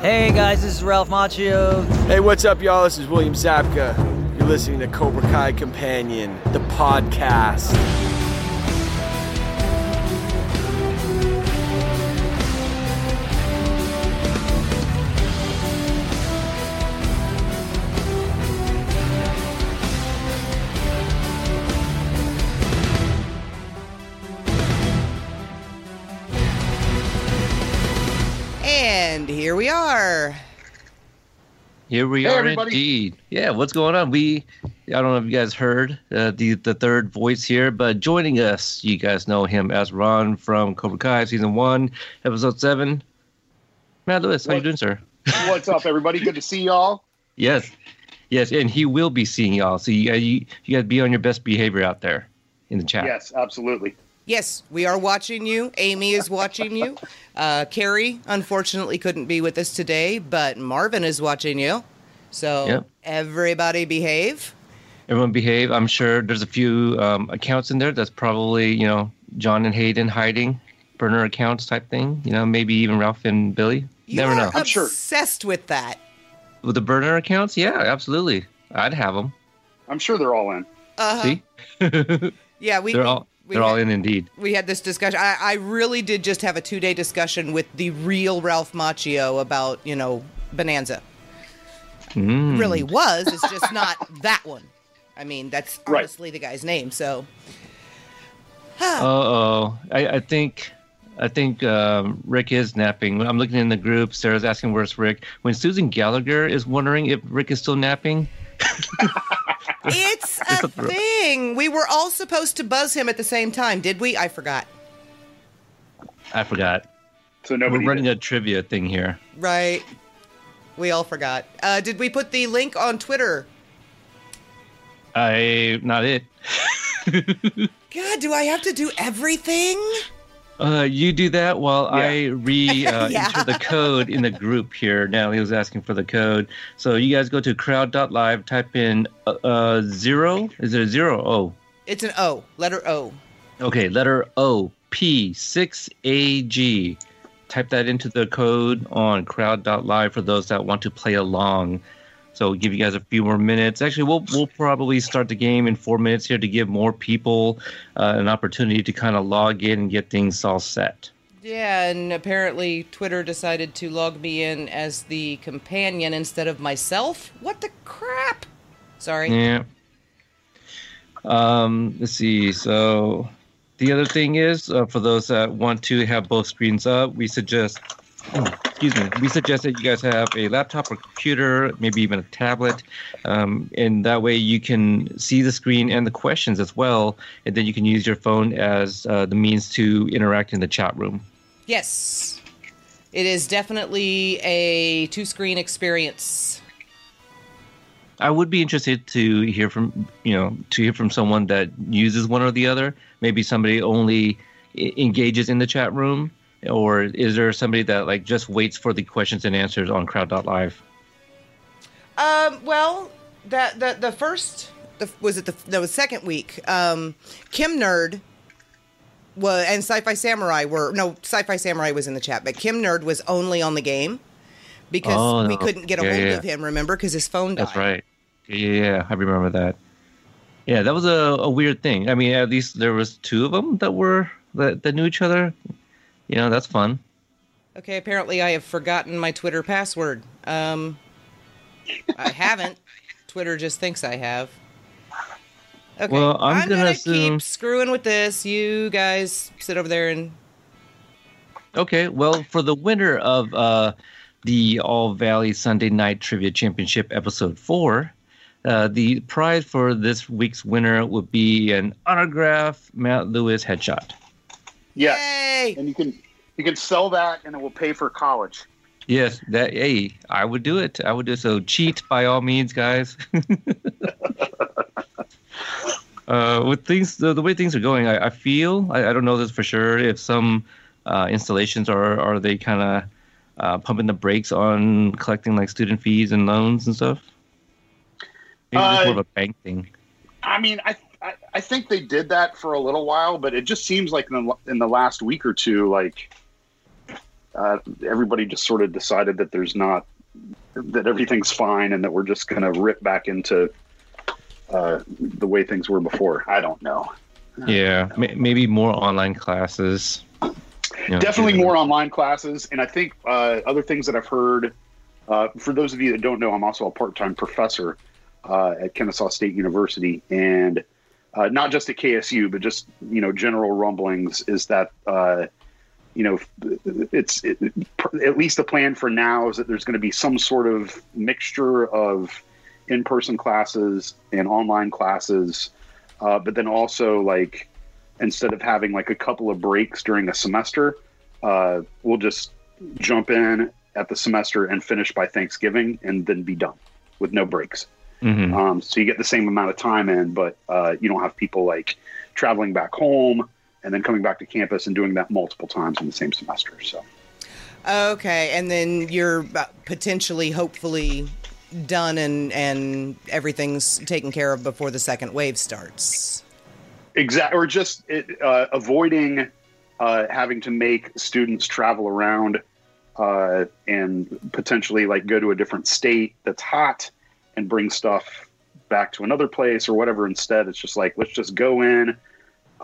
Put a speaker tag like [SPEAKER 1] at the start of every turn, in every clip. [SPEAKER 1] Hey guys, this is Ralph Macchio.
[SPEAKER 2] Hey, what's up, y'all? This is William Zabka. You're listening to Cobra Kai Companion, the podcast.
[SPEAKER 3] And here we are.
[SPEAKER 4] Here we
[SPEAKER 5] Hey,
[SPEAKER 4] are
[SPEAKER 5] everybody.
[SPEAKER 4] indeed. Yeah, what's going on? We, I don't know if you guys heard uh, the the third voice here, but joining us, you guys know him as Ron from Cobra Kai season one, episode seven. Matt Lewis, how you
[SPEAKER 5] What?
[SPEAKER 4] doing, sir?
[SPEAKER 5] What's up, everybody? Good to see y'all.
[SPEAKER 4] Yes, yes, and he will be seeing y'all. So you you, you got to be on your best behavior out there in the chat.
[SPEAKER 5] Yes, absolutely.
[SPEAKER 3] Yes, we are watching you. Amy is watching you. Uh, Carrie, unfortunately, couldn't be with us today, but Marvin is watching you. So
[SPEAKER 4] Yep.
[SPEAKER 3] everybody behave.
[SPEAKER 4] everyone behave. I'm sure there's a few um, accounts in there that's probably you know John and Hayden hiding burner accounts type thing. You know, maybe even Ralph and Billy.
[SPEAKER 3] You
[SPEAKER 4] Never
[SPEAKER 3] are
[SPEAKER 4] know.
[SPEAKER 5] I'm sure.
[SPEAKER 3] obsessed with that.
[SPEAKER 4] With the burner accounts, yeah, absolutely. I'd have them.
[SPEAKER 5] I'm sure they're all in.
[SPEAKER 3] Uh,
[SPEAKER 4] See,
[SPEAKER 3] Yeah, we
[SPEAKER 4] they're all
[SPEAKER 3] we
[SPEAKER 4] they're all
[SPEAKER 3] had-
[SPEAKER 4] in indeed.
[SPEAKER 3] we had this discussion. I, I really did just have a two day discussion with the real Ralph Macchio about, you know, Bonanza.
[SPEAKER 4] Mm.
[SPEAKER 3] Really was. It's just not that one. I mean, that's
[SPEAKER 5] Right.
[SPEAKER 3] honestly the guy's name. So,
[SPEAKER 4] Uh oh. I, I think I think um, Rick is napping. When I'm looking in the group, Sarah's asking where's Rick. When Susan Gallagher is wondering if Rick is still napping.
[SPEAKER 3] it's a thing. We were all supposed to buzz him at the same time, did we? I forgot.
[SPEAKER 4] I forgot.
[SPEAKER 5] So nobody.
[SPEAKER 4] We're running
[SPEAKER 5] did.
[SPEAKER 4] a trivia thing here.
[SPEAKER 3] Right. We all forgot. Uh, did we put the link on Twitter?
[SPEAKER 4] I not it.
[SPEAKER 3] God, do I have to do everything?
[SPEAKER 4] Uh, you do that while I
[SPEAKER 5] Yeah.
[SPEAKER 4] re uh,
[SPEAKER 3] Yeah.
[SPEAKER 4] enter the code in the group here. Now he was asking for the code, so you guys go to crowd.live, type in uh, uh, zero. Is it a zero? Oh,
[SPEAKER 3] It's an O, letter O.
[SPEAKER 4] okay. Letter O P six A G. Type that into the code on crowd.live for those that want to play along. So we'll give you guys a few more minutes. Actually, we'll we'll probably start the game in four minutes here to give more people uh, an opportunity to kind of log in and get things all set.
[SPEAKER 3] Yeah, and apparently Twitter decided to log me in as the companion instead of myself. What the crap? Sorry.
[SPEAKER 4] Yeah. Um, let's see. So the other thing is, uh, for those that want to have both screens up, we suggest. oh, Excuse me. We suggest that you guys have a laptop or computer, maybe even a tablet, um, and that way you can see the screen and the questions as well, and then you can use your phone as uh, the means to interact in the chat room.
[SPEAKER 3] Yes. It is definitely a two screen experience.
[SPEAKER 4] I would be interested to hear from you know to hear from someone that uses one or the other. Maybe somebody only e- engages in the chat room, or is there somebody that like just waits for the questions and answers on Crowd.live?
[SPEAKER 3] Um, well, that the the first the, was it the no, the second week. Um, Kim Nerd was and Sci-Fi Samurai were no Sci-Fi Samurai was in the chat, but Kim Nerd was only on the game because
[SPEAKER 4] Oh,
[SPEAKER 3] we couldn't get a
[SPEAKER 4] yeah,
[SPEAKER 3] hold
[SPEAKER 4] yeah.
[SPEAKER 3] of him. Remember, because his phone died.
[SPEAKER 4] That's right. Yeah, yeah, I remember that. Yeah, that was a, a weird thing. I mean, at least there was two of them that were that, that knew each other. You know, that's fun.
[SPEAKER 3] Okay, apparently I have forgotten my Twitter password. Um, I haven't. Twitter just thinks I have. Okay,
[SPEAKER 4] Well, I'm gonna assume-
[SPEAKER 3] keep screwing with this. You guys sit over there and
[SPEAKER 4] Okay, well, for the winner of uh, the All Valley Sunday Night Trivia Championship Episode 4, uh, the prize for this week's winner would be an autograph Matt Lewis headshot.
[SPEAKER 5] Yes.
[SPEAKER 3] yay.
[SPEAKER 5] And you can you can sell that, and it will pay for college.
[SPEAKER 4] Yes, that hey, I would do it. I would do it. so. Cheat by all means, guys. uh, with things the, the way things are going, I, I feel I, I don't know this for sure. If some uh, installations are are they kind of uh, pumping the brakes on collecting like student fees and loans and stuff? Maybe it's
[SPEAKER 5] Uh,
[SPEAKER 4] more of a bank thing.
[SPEAKER 5] I mean, I, I I think they did that for a little while, but it just seems like in the, in the last week or two, like uh, everybody just sort of decided that there's not that everything's fine and that we're just going to rip back into uh, the way things were before. I don't know.
[SPEAKER 4] Yeah, ma- maybe more online classes. You know,
[SPEAKER 5] Definitely
[SPEAKER 4] given-
[SPEAKER 5] more online classes, and I think uh, other things that I've heard. Uh, for those of you that don't know, I'm also a part-time professor uh, at Kennesaw State University, and uh, not just at KSU, but just you know general rumblings is that uh, you know it's it, it- at least the plan for now is that there's going to be some sort of mixture of in-person classes and online classes, uh, but then also like instead of having like a couple of breaks during a semester, uh, we'll just jump in at the semester and finish by Thanksgiving and then be done with no breaks.
[SPEAKER 4] Mhm.
[SPEAKER 5] Um, so you get the same amount of time in, but uh, you don't have people like traveling back home and then coming back to campus and doing that multiple times in the same semester. So
[SPEAKER 3] Okay, and then you're uh, potentially, hopefully, done and and everything's taken care of before the second wave starts.
[SPEAKER 5] exact or just it, uh, avoiding uh, having to make students travel around uh, and potentially like go to a different state that's hot and bring stuff back to another place or whatever instead it's just like let's just go in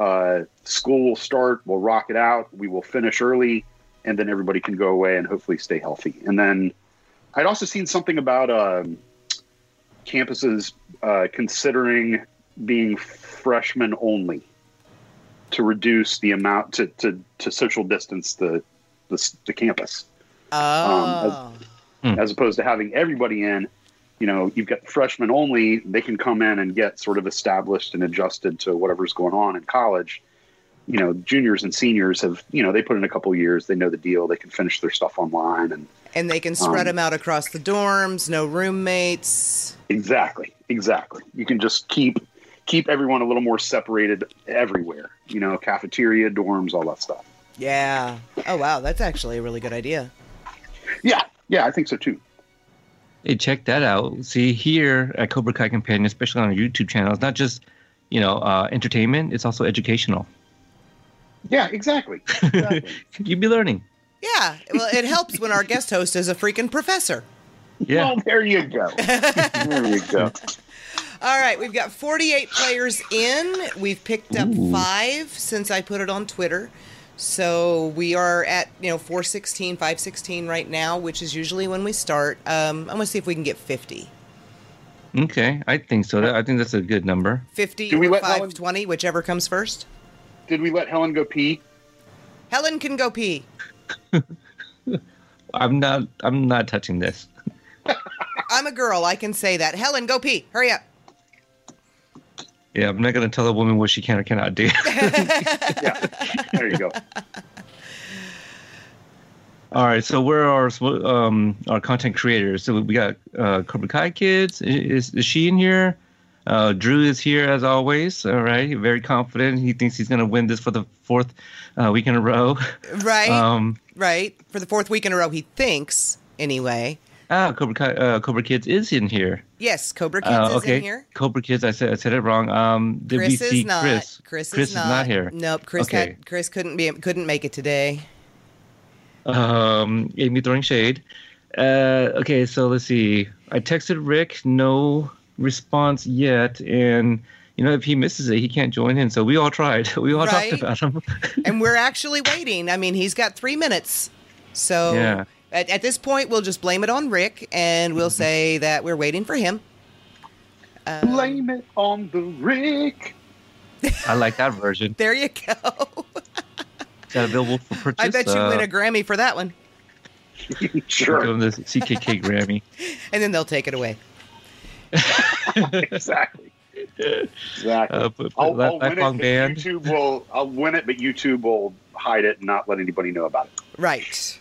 [SPEAKER 5] uh, school will start we'll rock it out we will finish early and then everybody can go away and hopefully stay healthy and then i'd also seen something about um, campuses uh, considering being freshmen only to reduce the amount to, to, to social distance the, the, s- the campus
[SPEAKER 3] Oh,
[SPEAKER 5] as opposed to having everybody in you know you've got freshmen only they can come in and get sort of established and adjusted to whatever's going on in college you know juniors and seniors have you know they put in a couple years they know the deal they can finish their stuff online and
[SPEAKER 3] and they can spread
[SPEAKER 5] Um,
[SPEAKER 3] them out across the dorms. No roommates.
[SPEAKER 5] Exactly. Exactly. You can just keep keep everyone a little more separated everywhere. You know, cafeteria, dorms, all that stuff.
[SPEAKER 3] Yeah. Oh wow, that's actually a really good idea.
[SPEAKER 5] Yeah. Yeah, I think so too.
[SPEAKER 4] Hey, check that out. See here at Cobra Kai Companion, especially on our YouTube channel, it's not just you know uh, entertainment; it's also educational.
[SPEAKER 5] Yeah, exactly. exactly.
[SPEAKER 4] You'd be learning.
[SPEAKER 3] Yeah. Well, it helps when our guest host is a freaking professor.
[SPEAKER 4] Yeah.
[SPEAKER 5] Well, there you go. There you go.
[SPEAKER 3] All right, we've got 48 players in. We've picked up
[SPEAKER 4] Ooh.
[SPEAKER 3] five since I put it on Twitter. So we are at, you know, 416, 516 right now, which is usually when we start. Um, I'm going to see if we can get 50.
[SPEAKER 4] okay, I think so. That- I think that's a good number.
[SPEAKER 3] 50
[SPEAKER 5] Can we
[SPEAKER 3] or
[SPEAKER 5] let Helen-
[SPEAKER 3] 520, whichever comes first.
[SPEAKER 5] Did we let Helen go pee?
[SPEAKER 3] Helen can go pee.
[SPEAKER 4] I'm not. I'm not touching this.
[SPEAKER 3] I'm a girl. I can say that. Helen, go pee. Hurry up.
[SPEAKER 4] Yeah, I'm not gonna tell a woman what she can or cannot do.
[SPEAKER 5] Yeah. There you go.
[SPEAKER 3] Uh,
[SPEAKER 4] All right, so where are our, um, our content creators? So we got uh, Cobra Kai Kids. Is, is she in here? Uh, Drew is here as always. All right, very confident. He thinks he's going to win this for the fourth uh, week in a row.
[SPEAKER 3] Right?
[SPEAKER 4] Um,
[SPEAKER 3] right? For the fourth week in a row, he thinks, anyway.
[SPEAKER 4] ah, Cobra Kai, uh, Cobra Kids is in here.
[SPEAKER 3] Yes, Cobra Kids
[SPEAKER 4] Uh,
[SPEAKER 3] is
[SPEAKER 4] okay,
[SPEAKER 3] in here.
[SPEAKER 4] Cobra Kids. I said I said it wrong. Um, did
[SPEAKER 3] Chris
[SPEAKER 4] we see
[SPEAKER 3] is not.
[SPEAKER 4] Chris?
[SPEAKER 3] Chris,
[SPEAKER 4] is not here.
[SPEAKER 3] Nope. Chris
[SPEAKER 4] Okay.
[SPEAKER 3] had, Chris couldn't be couldn't make it today.
[SPEAKER 4] um, Amy throwing shade. Uh, okay, so let's see. I texted Rick, no response yet, and you know if he misses it, he can't join in. So we all tried. We all
[SPEAKER 3] Right.
[SPEAKER 4] talked about him.
[SPEAKER 3] And we're actually waiting. I mean, he's got three minutes. So
[SPEAKER 4] Yeah. Mm-hmm.
[SPEAKER 3] at, at this point, we'll just blame it on Rick and we'll say that we're waiting for him. Um,
[SPEAKER 5] Blame it on the Rick.
[SPEAKER 4] I like that version.
[SPEAKER 3] There you go.
[SPEAKER 4] Is that available for purchase?
[SPEAKER 3] I bet you
[SPEAKER 4] Uh,
[SPEAKER 3] win a Grammy for that one.
[SPEAKER 4] give
[SPEAKER 5] Sure.
[SPEAKER 4] him the CKK Grammy.
[SPEAKER 3] And then they'll take it away.
[SPEAKER 5] Exactly. Exactly.
[SPEAKER 4] Uh, put, put
[SPEAKER 5] I'll,
[SPEAKER 4] Li-
[SPEAKER 5] I'll win it,
[SPEAKER 4] lifelong
[SPEAKER 5] but
[SPEAKER 4] band.
[SPEAKER 5] YouTube will. I'll win it, but YouTube will hide it and not let anybody know about it.
[SPEAKER 3] Right.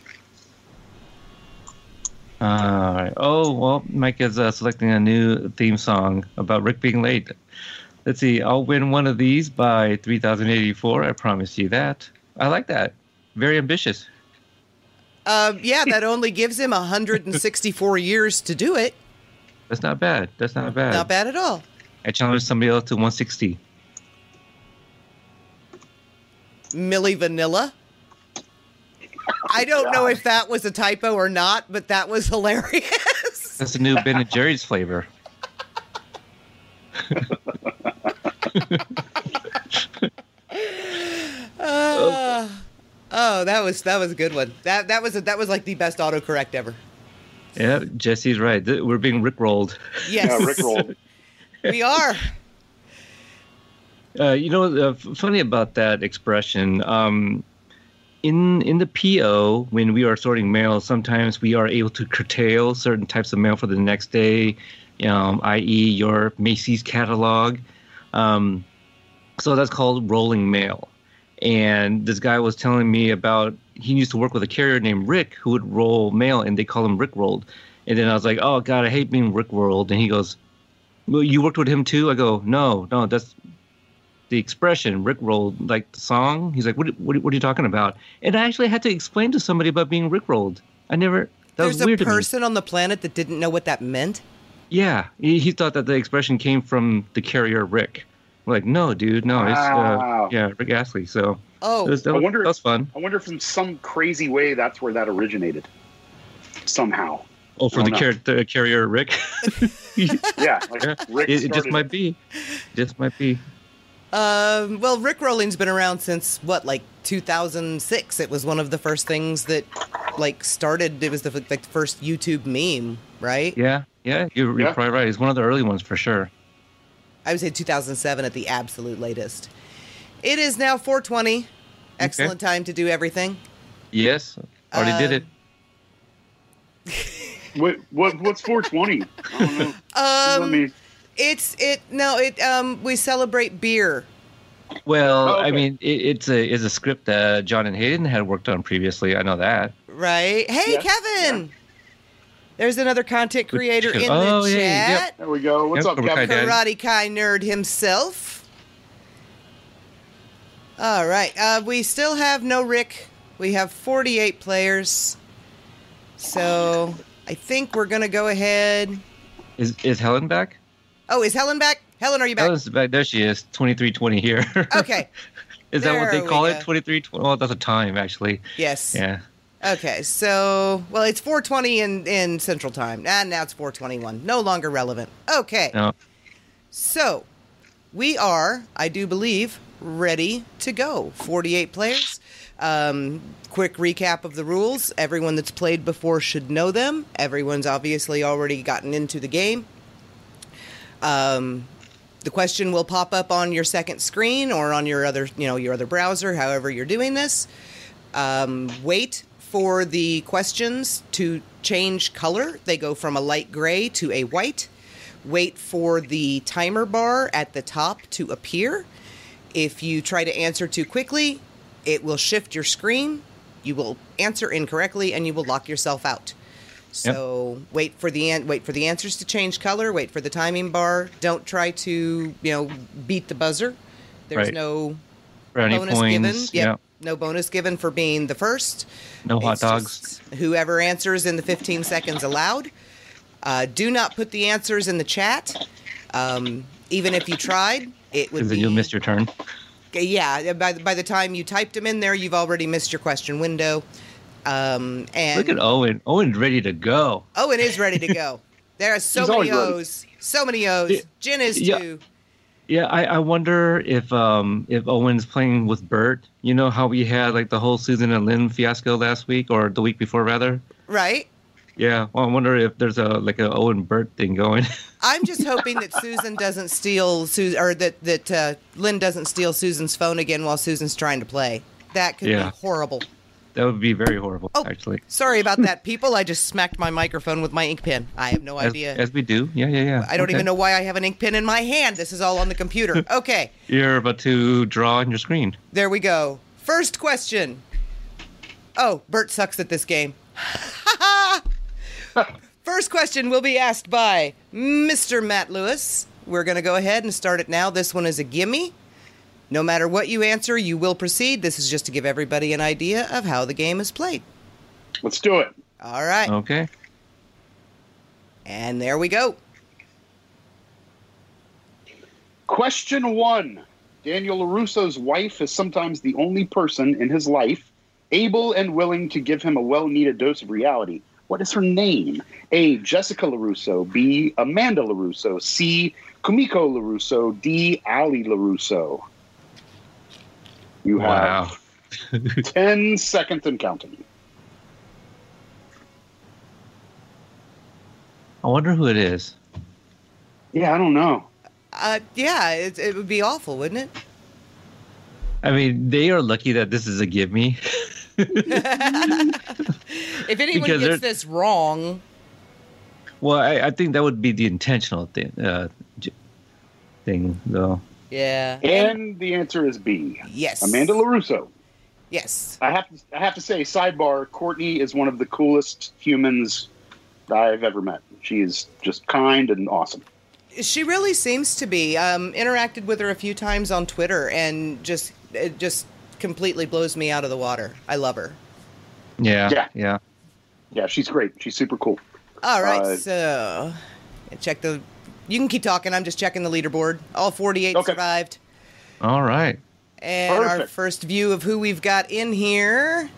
[SPEAKER 4] All right. Oh well, Mike is uh, selecting a new theme song about Rick being late. Let's see. I'll win one of these by three thousand eighty-four. I promise you that. I like that. Very ambitious.
[SPEAKER 3] Um, yeah, that only gives him 164 years to do it.
[SPEAKER 4] That's not bad. That's not bad.
[SPEAKER 3] Not bad at all.
[SPEAKER 4] I challenged somebody else to one sixty.
[SPEAKER 3] Millie Vanilla. I don't know if that was a typo or not, but that was hilarious.
[SPEAKER 4] That's the new Ben and Jerry's flavor.
[SPEAKER 3] Uh, oh, that was that was a good one. That that was a, that was like the best autocorrect ever.
[SPEAKER 4] Yeah, Jesse's right. Th- We're being rickrolled.
[SPEAKER 3] Yes,
[SPEAKER 5] Yeah, Uh, Rick rolled.
[SPEAKER 3] we are.
[SPEAKER 4] Uh, you know, uh, f- funny about that expression. Um, in in the PO, when we are sorting mail, sometimes we are able to curtail certain types of mail for the next day, um, i.e., your Macy's catalog. Um, so that's called rolling mail. And this guy was telling me about he used to work with a carrier named Rick who would roll mail, and they call him Rick rolled. And then I was like, "Oh God, I hate being Rick rolled." And he goes, "Well, you worked with him too?" I go, "No, no, that's the expression rickrolled like the song he's like what, what, what are you talking about and i actually had to explain to somebody about being rickrolled i never that
[SPEAKER 3] There's
[SPEAKER 4] was
[SPEAKER 3] a
[SPEAKER 4] weird to me.
[SPEAKER 3] person on the planet that didn't know what that meant.
[SPEAKER 4] yeah he, he thought that the expression came from the carrier rick I'm like no dude no it's uh,
[SPEAKER 5] Wow.
[SPEAKER 4] yeah rick astley so
[SPEAKER 3] Oh,
[SPEAKER 4] it was, that,
[SPEAKER 5] I
[SPEAKER 4] was,
[SPEAKER 5] wonder
[SPEAKER 4] that was
[SPEAKER 5] if-
[SPEAKER 4] fun
[SPEAKER 5] I wonder if in some crazy way that's where that originated. Somehow.
[SPEAKER 4] oh for
[SPEAKER 5] I
[SPEAKER 4] the,
[SPEAKER 5] don't
[SPEAKER 4] car- the carrier rick
[SPEAKER 5] Yeah. Like
[SPEAKER 4] Yeah.
[SPEAKER 5] Rick
[SPEAKER 4] it, it
[SPEAKER 5] started
[SPEAKER 4] just
[SPEAKER 5] it.
[SPEAKER 4] might be just might be
[SPEAKER 3] Um, well, Rick Rolling's been around since what, like 2006. It was one of the first things that, like, started. It was the like the first YouTube meme, right?
[SPEAKER 4] yeah yeah you're,
[SPEAKER 5] Yeah.
[SPEAKER 4] you're probably right it's one of the early ones for sure
[SPEAKER 3] I would say 2007 at the absolute latest. It is now 4:20. Excellent time to do everything.
[SPEAKER 4] yes already did
[SPEAKER 3] Uh,
[SPEAKER 4] it
[SPEAKER 5] What, what, what's 420? I don't know. Let
[SPEAKER 3] Um,
[SPEAKER 5] me-
[SPEAKER 3] it's it no it um we celebrate beer.
[SPEAKER 4] Well,
[SPEAKER 5] Oh, okay.
[SPEAKER 4] I mean, it, it's a it's a script that John and Hayden had worked on previously. I know that.
[SPEAKER 3] Right? Hey,
[SPEAKER 5] Yeah,
[SPEAKER 3] Kevin. There's another content creator in
[SPEAKER 4] Oh,
[SPEAKER 3] the
[SPEAKER 4] yeah, yeah,
[SPEAKER 3] chat.
[SPEAKER 5] there we go. What's
[SPEAKER 4] Yeah,
[SPEAKER 5] up,
[SPEAKER 4] Cobra Kai
[SPEAKER 5] Kevin?
[SPEAKER 4] Dad.
[SPEAKER 3] Karate Kai nerd himself. All right. Uh, we still have no Rick. We have 48 players. So I think we're going to go ahead.
[SPEAKER 4] Is is Helen back?
[SPEAKER 3] Oh, is Helen back? Helen, are you back?
[SPEAKER 4] Helen's back. There she is. Twenty three twenty here.
[SPEAKER 3] Okay.
[SPEAKER 4] is that what
[SPEAKER 3] there
[SPEAKER 4] they
[SPEAKER 3] we
[SPEAKER 4] call
[SPEAKER 3] go.
[SPEAKER 4] it? Twenty three twenty. Well, that's a time actually.
[SPEAKER 3] Yes.
[SPEAKER 4] Yeah.
[SPEAKER 3] Okay. So, well, it's 420 in, in Central Time. And now it's 421. No longer relevant. Okay.
[SPEAKER 4] No.
[SPEAKER 3] So, we are, I do believe, ready to go. 48 players. Um, quick recap of the rules. Everyone that's played before should know them. Everyone's obviously already gotten into the game. Um, the question will pop up on your second screen or on your other, you know, your other browser, however you're doing this. Um, wait for the questions to change color. They go from a light gray to a white. Wait for the timer bar at the top to appear. If you try to answer too quickly, it will shift your screen. You will answer incorrectly and you will lock yourself out. So wait for the an- wait for the answers to change color. Wait for the timing bar. Don't try to you know beat the buzzer. There's
[SPEAKER 4] Right.
[SPEAKER 3] no
[SPEAKER 4] For any
[SPEAKER 3] bonus
[SPEAKER 4] points.
[SPEAKER 3] given.
[SPEAKER 4] Yeah.
[SPEAKER 3] Yep. No bonus given for being the first.
[SPEAKER 4] No hot
[SPEAKER 3] It's
[SPEAKER 4] dogs.
[SPEAKER 3] just Whoever answers in the 15 seconds allowed. Uh, do not put the answers in the chat. Um, even if you tried, it would
[SPEAKER 4] Because
[SPEAKER 3] be.
[SPEAKER 4] then you'll miss your turn.
[SPEAKER 3] Yeah, by, the- by the time you typed them in there, you've already missed your question window. Um, and
[SPEAKER 4] Look at Owen. Owen's ready to go.
[SPEAKER 3] Owen is ready to go. There are so
[SPEAKER 5] He's
[SPEAKER 3] many
[SPEAKER 5] always ready.
[SPEAKER 3] O's. So many O's. Jen is
[SPEAKER 4] yeah.
[SPEAKER 3] too.
[SPEAKER 4] Yeah, I, I wonder if um if Owen's playing with Bert. You know how we had like the whole Susan and Lynn fiasco last week or the week before rather.
[SPEAKER 3] Right?
[SPEAKER 4] Yeah. Well, I wonder if there's a like a Owen Bert thing going.
[SPEAKER 3] I'm just hoping that Susan doesn't steal Su- or that that uh, Lynn doesn't steal Susan's phone again while Susan's trying to play. That could
[SPEAKER 4] Yeah.
[SPEAKER 3] be horrible.
[SPEAKER 4] that would be very horrible
[SPEAKER 3] Oh,
[SPEAKER 4] actually.
[SPEAKER 3] Sorry about that, people. I just smacked my microphone with my ink pen. I have no
[SPEAKER 4] as,
[SPEAKER 3] idea.
[SPEAKER 4] as we do. Yeah, yeah, yeah.
[SPEAKER 3] I don't
[SPEAKER 4] Okay.
[SPEAKER 3] even know why I have an ink pen in my hand. This is all on the computer. Okay,
[SPEAKER 4] You're about to draw on your screen.
[SPEAKER 3] there we go. First question. Oh, Bert sucks at this game. First question will be asked by Mr. Matt Lewis. We're going to go ahead and start it now. This one is a gimme. No matter what you answer, you will proceed. This is just to give everybody an idea of how the game is played.
[SPEAKER 5] Let's do it.
[SPEAKER 3] All right.
[SPEAKER 4] Okay.
[SPEAKER 3] And there we go.
[SPEAKER 5] Question one Daniel LaRusso's wife is sometimes the only person in his life able and willing to give him a well needed dose of reality. What is her name? A. Jessica LaRusso. B. Amanda LaRusso. C. Kumiko LaRusso. D. Ali LaRusso. You have
[SPEAKER 4] Wow.
[SPEAKER 5] 10 seconds and counting.
[SPEAKER 4] I wonder who it is.
[SPEAKER 5] Yeah, I don't know.
[SPEAKER 3] Uh, yeah, it, it would be awful, wouldn't
[SPEAKER 4] I mean, they are lucky that this is a give me.
[SPEAKER 3] it? if anyone gets
[SPEAKER 4] Because they're-
[SPEAKER 3] this wrong,
[SPEAKER 4] Well, I, I think that would be the intentional thing. Uh, j- thing though.
[SPEAKER 3] yeah.
[SPEAKER 5] And the answer is B.
[SPEAKER 3] yes,
[SPEAKER 5] Amanda LaRusso.
[SPEAKER 3] Yes.
[SPEAKER 5] I have to, I have to say, sidebar: Courtney is one of the coolest humans that I've ever met. She is just kind and awesome.
[SPEAKER 3] She really seems to be. Um, interacted with her a few times on Twitter, and just it just completely blows me out of the water. I love her.
[SPEAKER 4] Yeah.
[SPEAKER 5] Yeah.
[SPEAKER 4] Yeah.
[SPEAKER 5] Yeah, she's great. She's super cool.
[SPEAKER 3] All right,
[SPEAKER 5] Uh,
[SPEAKER 3] so check the. You can keep talking. I'm just checking the leaderboard. All 48
[SPEAKER 5] Okay.
[SPEAKER 3] survived,
[SPEAKER 4] All right.
[SPEAKER 3] and our
[SPEAKER 5] Perfect.
[SPEAKER 3] first view of who we've got in here.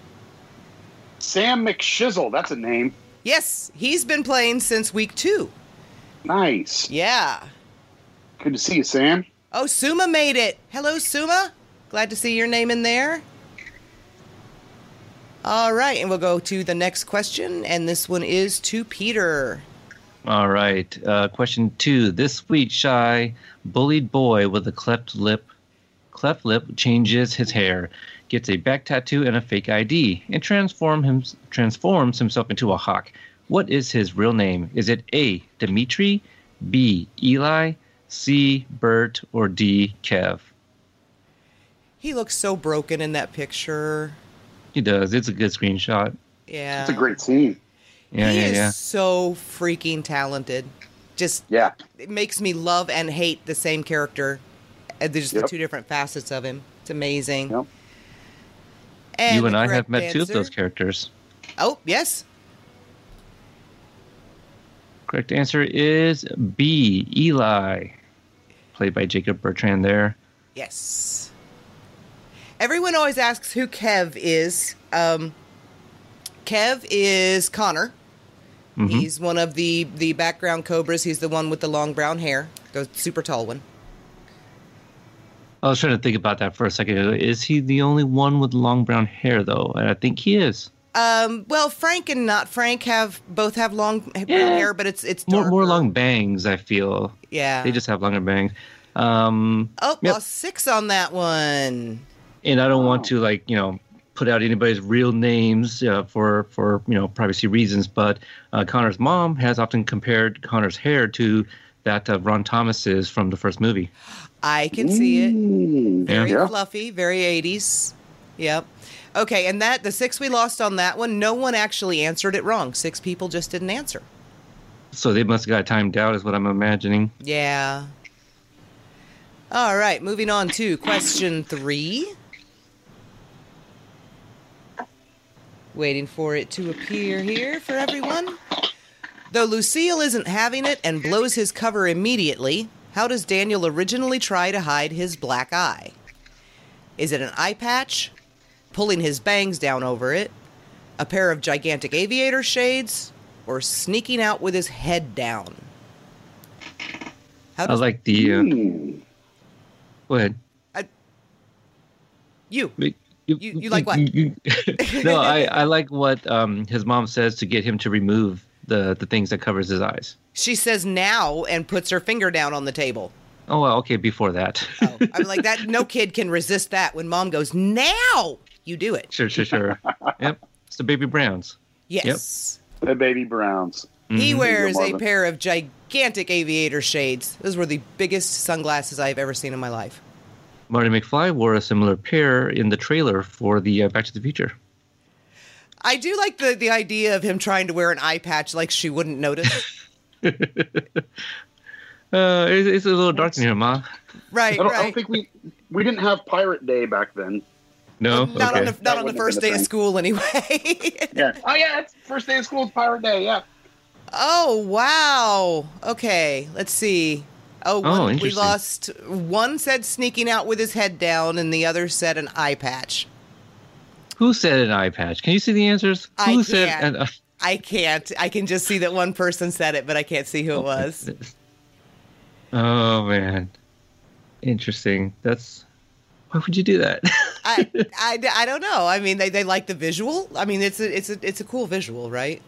[SPEAKER 5] Sam McShizzle, that's a name.
[SPEAKER 3] Yes, he's been playing since week two.
[SPEAKER 5] Nice.
[SPEAKER 3] Yeah.
[SPEAKER 5] Good to see you, Sam.
[SPEAKER 3] Oh, Suma made it. Hello, Suma. Glad to see your name in there. All right, and we'll go to the next question, and this one is to Peter.
[SPEAKER 4] All right. Uh, question two. This sweet, shy, bullied boy with a cleft lip, cleft lip changes his hair, gets a back tattoo and a fake ID, and transform him, transforms himself into a hawk. What is his real name? Is it A. Dimitri, B. Eli, C. Bert, or D. Kev?
[SPEAKER 3] He looks so broken in that picture.
[SPEAKER 4] He does. It's a good screenshot.
[SPEAKER 3] Yeah.
[SPEAKER 5] That's a great scene.
[SPEAKER 4] Yeah,
[SPEAKER 3] he
[SPEAKER 4] yeah,
[SPEAKER 3] is
[SPEAKER 4] yeah.
[SPEAKER 3] so freaking talented. Just
[SPEAKER 5] Yeah.
[SPEAKER 3] it makes me love and hate the same character. And there's just the
[SPEAKER 5] Yep.
[SPEAKER 3] two different facets of him. It's amazing.
[SPEAKER 5] Yep.
[SPEAKER 3] And
[SPEAKER 4] you
[SPEAKER 3] the
[SPEAKER 4] and I have
[SPEAKER 3] correct
[SPEAKER 4] met two of
[SPEAKER 3] answer-
[SPEAKER 4] those characters.
[SPEAKER 3] Oh yes,
[SPEAKER 4] Correct answer is B. Eli, played by Jacob Bertrand. There.
[SPEAKER 3] yes. Everyone always asks who Kev is. Um, Kev is Connor.
[SPEAKER 4] Mhm.
[SPEAKER 3] He's one of the the background cobras. He's the one with the long brown hair, the super tall one.
[SPEAKER 4] I was trying to think about that for a second. Is he the only one with long brown hair though? And I think he is.
[SPEAKER 3] Um, well, Frank and not Frank have both have long brown
[SPEAKER 4] Yeah.
[SPEAKER 3] hair, but it's it's
[SPEAKER 4] More, more
[SPEAKER 3] darker.
[SPEAKER 4] long bangs. I feel
[SPEAKER 3] Yeah.
[SPEAKER 4] they just have longer bangs. Um,
[SPEAKER 3] Oh,
[SPEAKER 4] Yep.
[SPEAKER 3] lost six on that one.
[SPEAKER 4] and I don't want
[SPEAKER 5] Wow.
[SPEAKER 4] to like you know put out anybody's real names uh, for for you know privacy reasons. But uh, Connor's mom has often compared Connor's hair to that of Ron Thomas's from the first movie.
[SPEAKER 3] I can see it.
[SPEAKER 5] Mm,
[SPEAKER 4] Yeah.
[SPEAKER 3] Very fluffy, very 80s. Yep. Okay, and that the six we lost on that one, no one actually answered it wrong. Six people just didn't answer.
[SPEAKER 4] So they must have got timed out, is what I'm imagining.
[SPEAKER 3] Yeah. All right, moving on to question three. Waiting for it to appear here for everyone. Though Lucille isn't having it and blows his cover immediately, how does Daniel originally try to hide his black eye? Is it an eye patch? Pulling his bangs down over it? A pair of gigantic aviator shades? Or sneaking out with his head down? How
[SPEAKER 4] I
[SPEAKER 3] does
[SPEAKER 4] like the. Uh,
[SPEAKER 5] Mm.
[SPEAKER 4] go ahead.
[SPEAKER 3] you?
[SPEAKER 4] You,
[SPEAKER 3] you like what?
[SPEAKER 4] you- you- no, I, I like what um, his mom says to get him to remove the, the things that covers his eyes.
[SPEAKER 3] She says now and puts her finger down on the table.
[SPEAKER 4] Oh, well, okay, before that.
[SPEAKER 3] Oh, I'm like that. No kid can resist that when mom goes now. You do it.
[SPEAKER 4] sure, sure, sure. yep. It's the Baby Browns.
[SPEAKER 3] Yes.
[SPEAKER 5] The Baby Browns.
[SPEAKER 3] He
[SPEAKER 4] Mhm.
[SPEAKER 3] wears a
[SPEAKER 5] Marvin.
[SPEAKER 3] pair of gigantic aviator shades. Those were the biggest sunglasses I've ever seen in my life.
[SPEAKER 4] Marty McFly wore a similar pair in the trailer for the uh, Back to the Future.
[SPEAKER 3] I do like the the idea of him trying to wear an eye patch like she wouldn't notice.
[SPEAKER 4] Uh, it's, it's a little dark in here, Ma.
[SPEAKER 5] I
[SPEAKER 3] right,
[SPEAKER 5] don't,
[SPEAKER 3] right.
[SPEAKER 5] I don't think we we didn't have Pirate Day back then.
[SPEAKER 4] No?
[SPEAKER 3] not
[SPEAKER 4] okay.
[SPEAKER 3] on the not on
[SPEAKER 5] wouldn't
[SPEAKER 3] the
[SPEAKER 5] have been
[SPEAKER 3] first
[SPEAKER 5] a
[SPEAKER 3] day of
[SPEAKER 5] thing.
[SPEAKER 3] school anyway.
[SPEAKER 5] Yeah. Oh yeah, it's first day of school. It's Pirate Day. Yeah.
[SPEAKER 3] Oh wow. Okay, let's see. Oh,
[SPEAKER 4] Oh,
[SPEAKER 3] one- we
[SPEAKER 4] interesting.
[SPEAKER 3] lost. One said sneaking out with his head down, and the other said an eye patch.
[SPEAKER 4] Who said an eye patch? Can you see the answers?
[SPEAKER 3] I
[SPEAKER 4] Who said
[SPEAKER 3] can't.
[SPEAKER 4] an eye
[SPEAKER 3] I can't. I can just see that one person said it, but I can't see who it was.
[SPEAKER 4] Oh man, interesting. That's why would you do that?
[SPEAKER 3] I, I, I don't know. I mean, they, they like the visual. I mean, it's a it's a it's a cool visual, right?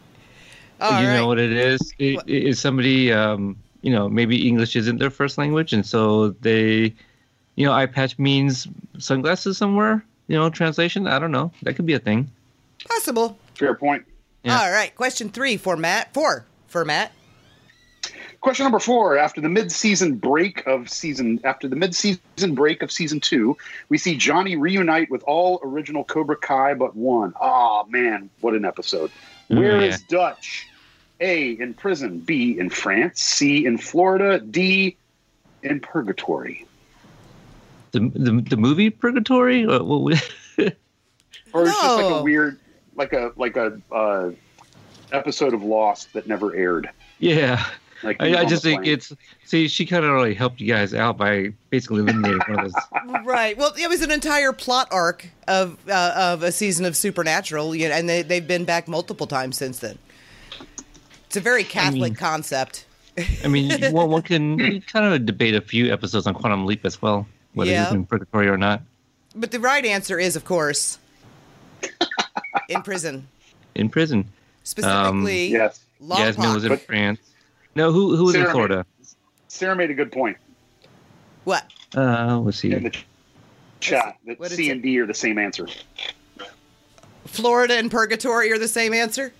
[SPEAKER 3] All right.
[SPEAKER 4] you know what it is? It,
[SPEAKER 3] What?
[SPEAKER 4] it is somebody, um, you know, maybe English isn't their first language, and so they, you know, eye patch means sunglasses somewhere. You know, translation. I don't know. That could be a thing.
[SPEAKER 3] Possible.
[SPEAKER 5] Fair point.
[SPEAKER 4] Yeah.
[SPEAKER 3] All right. Question three for Matt. Four for Matt.
[SPEAKER 5] Question number four: After the mid-season break of season, after the mid-season break of season two, we see Johnny reunite with all original Cobra Kai but one. Ah, man, what an episode! Where is
[SPEAKER 4] Mm, yeah.
[SPEAKER 5] Dutch? A in prison. B in France. C in Florida. D in purgatory.
[SPEAKER 4] The the, the movie Purgatory. Or what we-
[SPEAKER 5] Or it's just like
[SPEAKER 3] No.
[SPEAKER 5] a weird, like a like a uh, episode of Lost that never aired.
[SPEAKER 4] yeah.
[SPEAKER 5] Like
[SPEAKER 4] I,
[SPEAKER 5] he's
[SPEAKER 4] I
[SPEAKER 5] on the
[SPEAKER 4] just think
[SPEAKER 5] plane.
[SPEAKER 4] it's see she kind of really helped you guys out by basically eliminating one of those.
[SPEAKER 3] Right. Well, it was an entire plot arc of uh, of a season of Supernatural, you know, and they they've been back multiple times since then. It's a very Catholic
[SPEAKER 4] mean-
[SPEAKER 3] concept.
[SPEAKER 4] I mean, you- one, one can you kind of debate a few episodes on Quantum Leap as well, whether
[SPEAKER 3] Yeah.
[SPEAKER 4] he's in purgatory or not.
[SPEAKER 3] But the right answer is, of course, in prison,
[SPEAKER 4] In prison,
[SPEAKER 3] specifically
[SPEAKER 5] yes.
[SPEAKER 3] Lompoc.
[SPEAKER 4] Um, Yasmin was in
[SPEAKER 5] But-
[SPEAKER 4] France. No, who who was in
[SPEAKER 5] Sarah
[SPEAKER 4] Florida?
[SPEAKER 5] Sarah made a good point
[SPEAKER 3] What?
[SPEAKER 4] Uh, let's see.
[SPEAKER 5] in the ch- chat that
[SPEAKER 3] What is
[SPEAKER 5] C
[SPEAKER 3] it?
[SPEAKER 5] and D are the same answer.
[SPEAKER 3] Florida and purgatory are the same answer?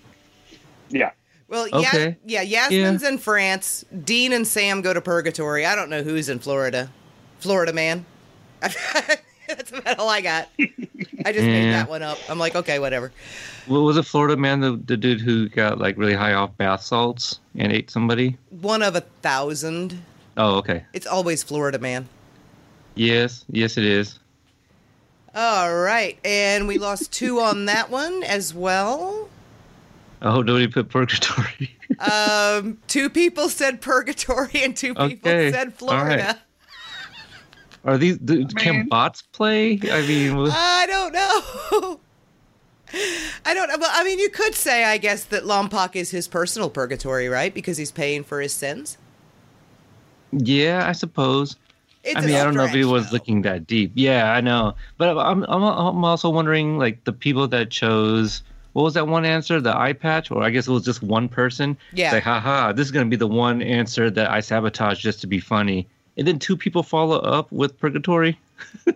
[SPEAKER 5] Yeah.
[SPEAKER 3] Well,
[SPEAKER 4] Okay.
[SPEAKER 3] yeah, yeah, Yasmin's in France. Dean and Sam go to purgatory. I don't know who's in Florida. Florida man. That's about all I got. I just made
[SPEAKER 4] Yeah.
[SPEAKER 3] that one up. I'm like, okay, whatever.
[SPEAKER 4] Well, was it Florida man the, the dude who got like really high off bath salts and ate somebody?
[SPEAKER 3] One of a thousand.
[SPEAKER 4] Oh, okay.
[SPEAKER 3] It's always Florida man.
[SPEAKER 4] Yes, yes, it is.
[SPEAKER 3] All right, and we lost two on that one as well.
[SPEAKER 4] I hope Oh, nobody put purgatory.
[SPEAKER 3] Um, two people said purgatory, and two people
[SPEAKER 4] Okay,
[SPEAKER 3] said
[SPEAKER 4] all right.
[SPEAKER 3] Florida.
[SPEAKER 4] Are these do, can
[SPEAKER 5] Man.
[SPEAKER 4] bots play? I mean, was,
[SPEAKER 3] I don't know. I don't know. Well, I mean, you could say, I guess, that Lompoc is his personal purgatory, right? Because he's paying for his sins.
[SPEAKER 4] yeah, I suppose.
[SPEAKER 3] It's
[SPEAKER 4] I
[SPEAKER 3] a
[SPEAKER 4] mean, I don't know if
[SPEAKER 3] stretch,
[SPEAKER 4] anyone's
[SPEAKER 3] though.
[SPEAKER 4] looking that deep. Yeah, I know. But I'm, I'm, I'm also wondering, like, the people that chose, what was that one answer? The eye patch? Or I guess it was just one person?
[SPEAKER 3] Yeah.
[SPEAKER 4] It's like, haha, this is going to be the one answer that I sabotage just to be funny. And then two people follow up with Purgatory?
[SPEAKER 3] Uh,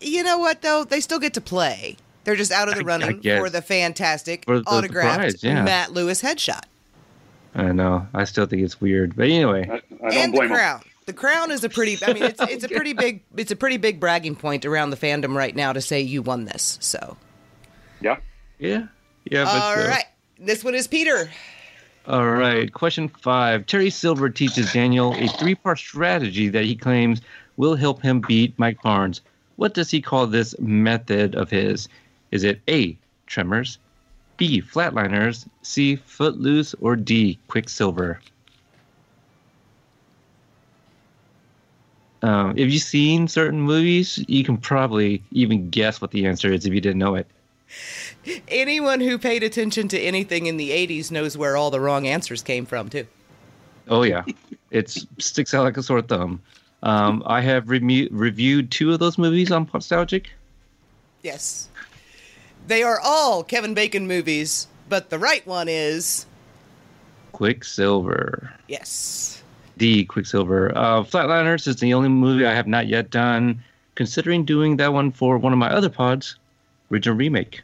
[SPEAKER 3] You know what, though? They still get to play. They're just out of the running
[SPEAKER 4] guess.
[SPEAKER 3] for the fantastic
[SPEAKER 4] For the- the
[SPEAKER 3] autographed
[SPEAKER 4] prize, yeah.
[SPEAKER 3] Matt Lewis headshot
[SPEAKER 4] I know. I still think it's weird. But anyway,
[SPEAKER 5] I, I don't
[SPEAKER 3] and the
[SPEAKER 5] blame him.
[SPEAKER 3] crown. The crown is a pretty. I mean, it's, it's a pretty big. It's a pretty big bragging point around the fandom right now to say you won this. So,
[SPEAKER 5] Yeah.
[SPEAKER 4] yeah. Yeah. but,
[SPEAKER 3] all
[SPEAKER 4] uh,
[SPEAKER 3] right, this one is Peter.
[SPEAKER 4] All right. Question five. Terry Silver teaches Daniel a three part strategy that he claims will help him beat Mike Barnes. What does he call this method of his? Is it A, tremors, B, flatliners, C, footloose, or D, quicksilver? Um, if you've seen certain movies, you can probably even guess what the answer is if you didn't know it.
[SPEAKER 3] Anyone who paid attention to anything in the 80s knows where all the wrong answers came from, too.
[SPEAKER 4] Oh yeah, it sticks out like a sore thumb. Um, I have remu- reviewed two of those movies on Nostalgic.
[SPEAKER 3] Yes. They are all Kevin Bacon movies, but the right one is
[SPEAKER 4] Quicksilver,
[SPEAKER 3] yes.
[SPEAKER 4] D Quicksilver. Uh, Flatliners is the only movie I have not yet done. Considering doing that one for one of my other pods, original remake.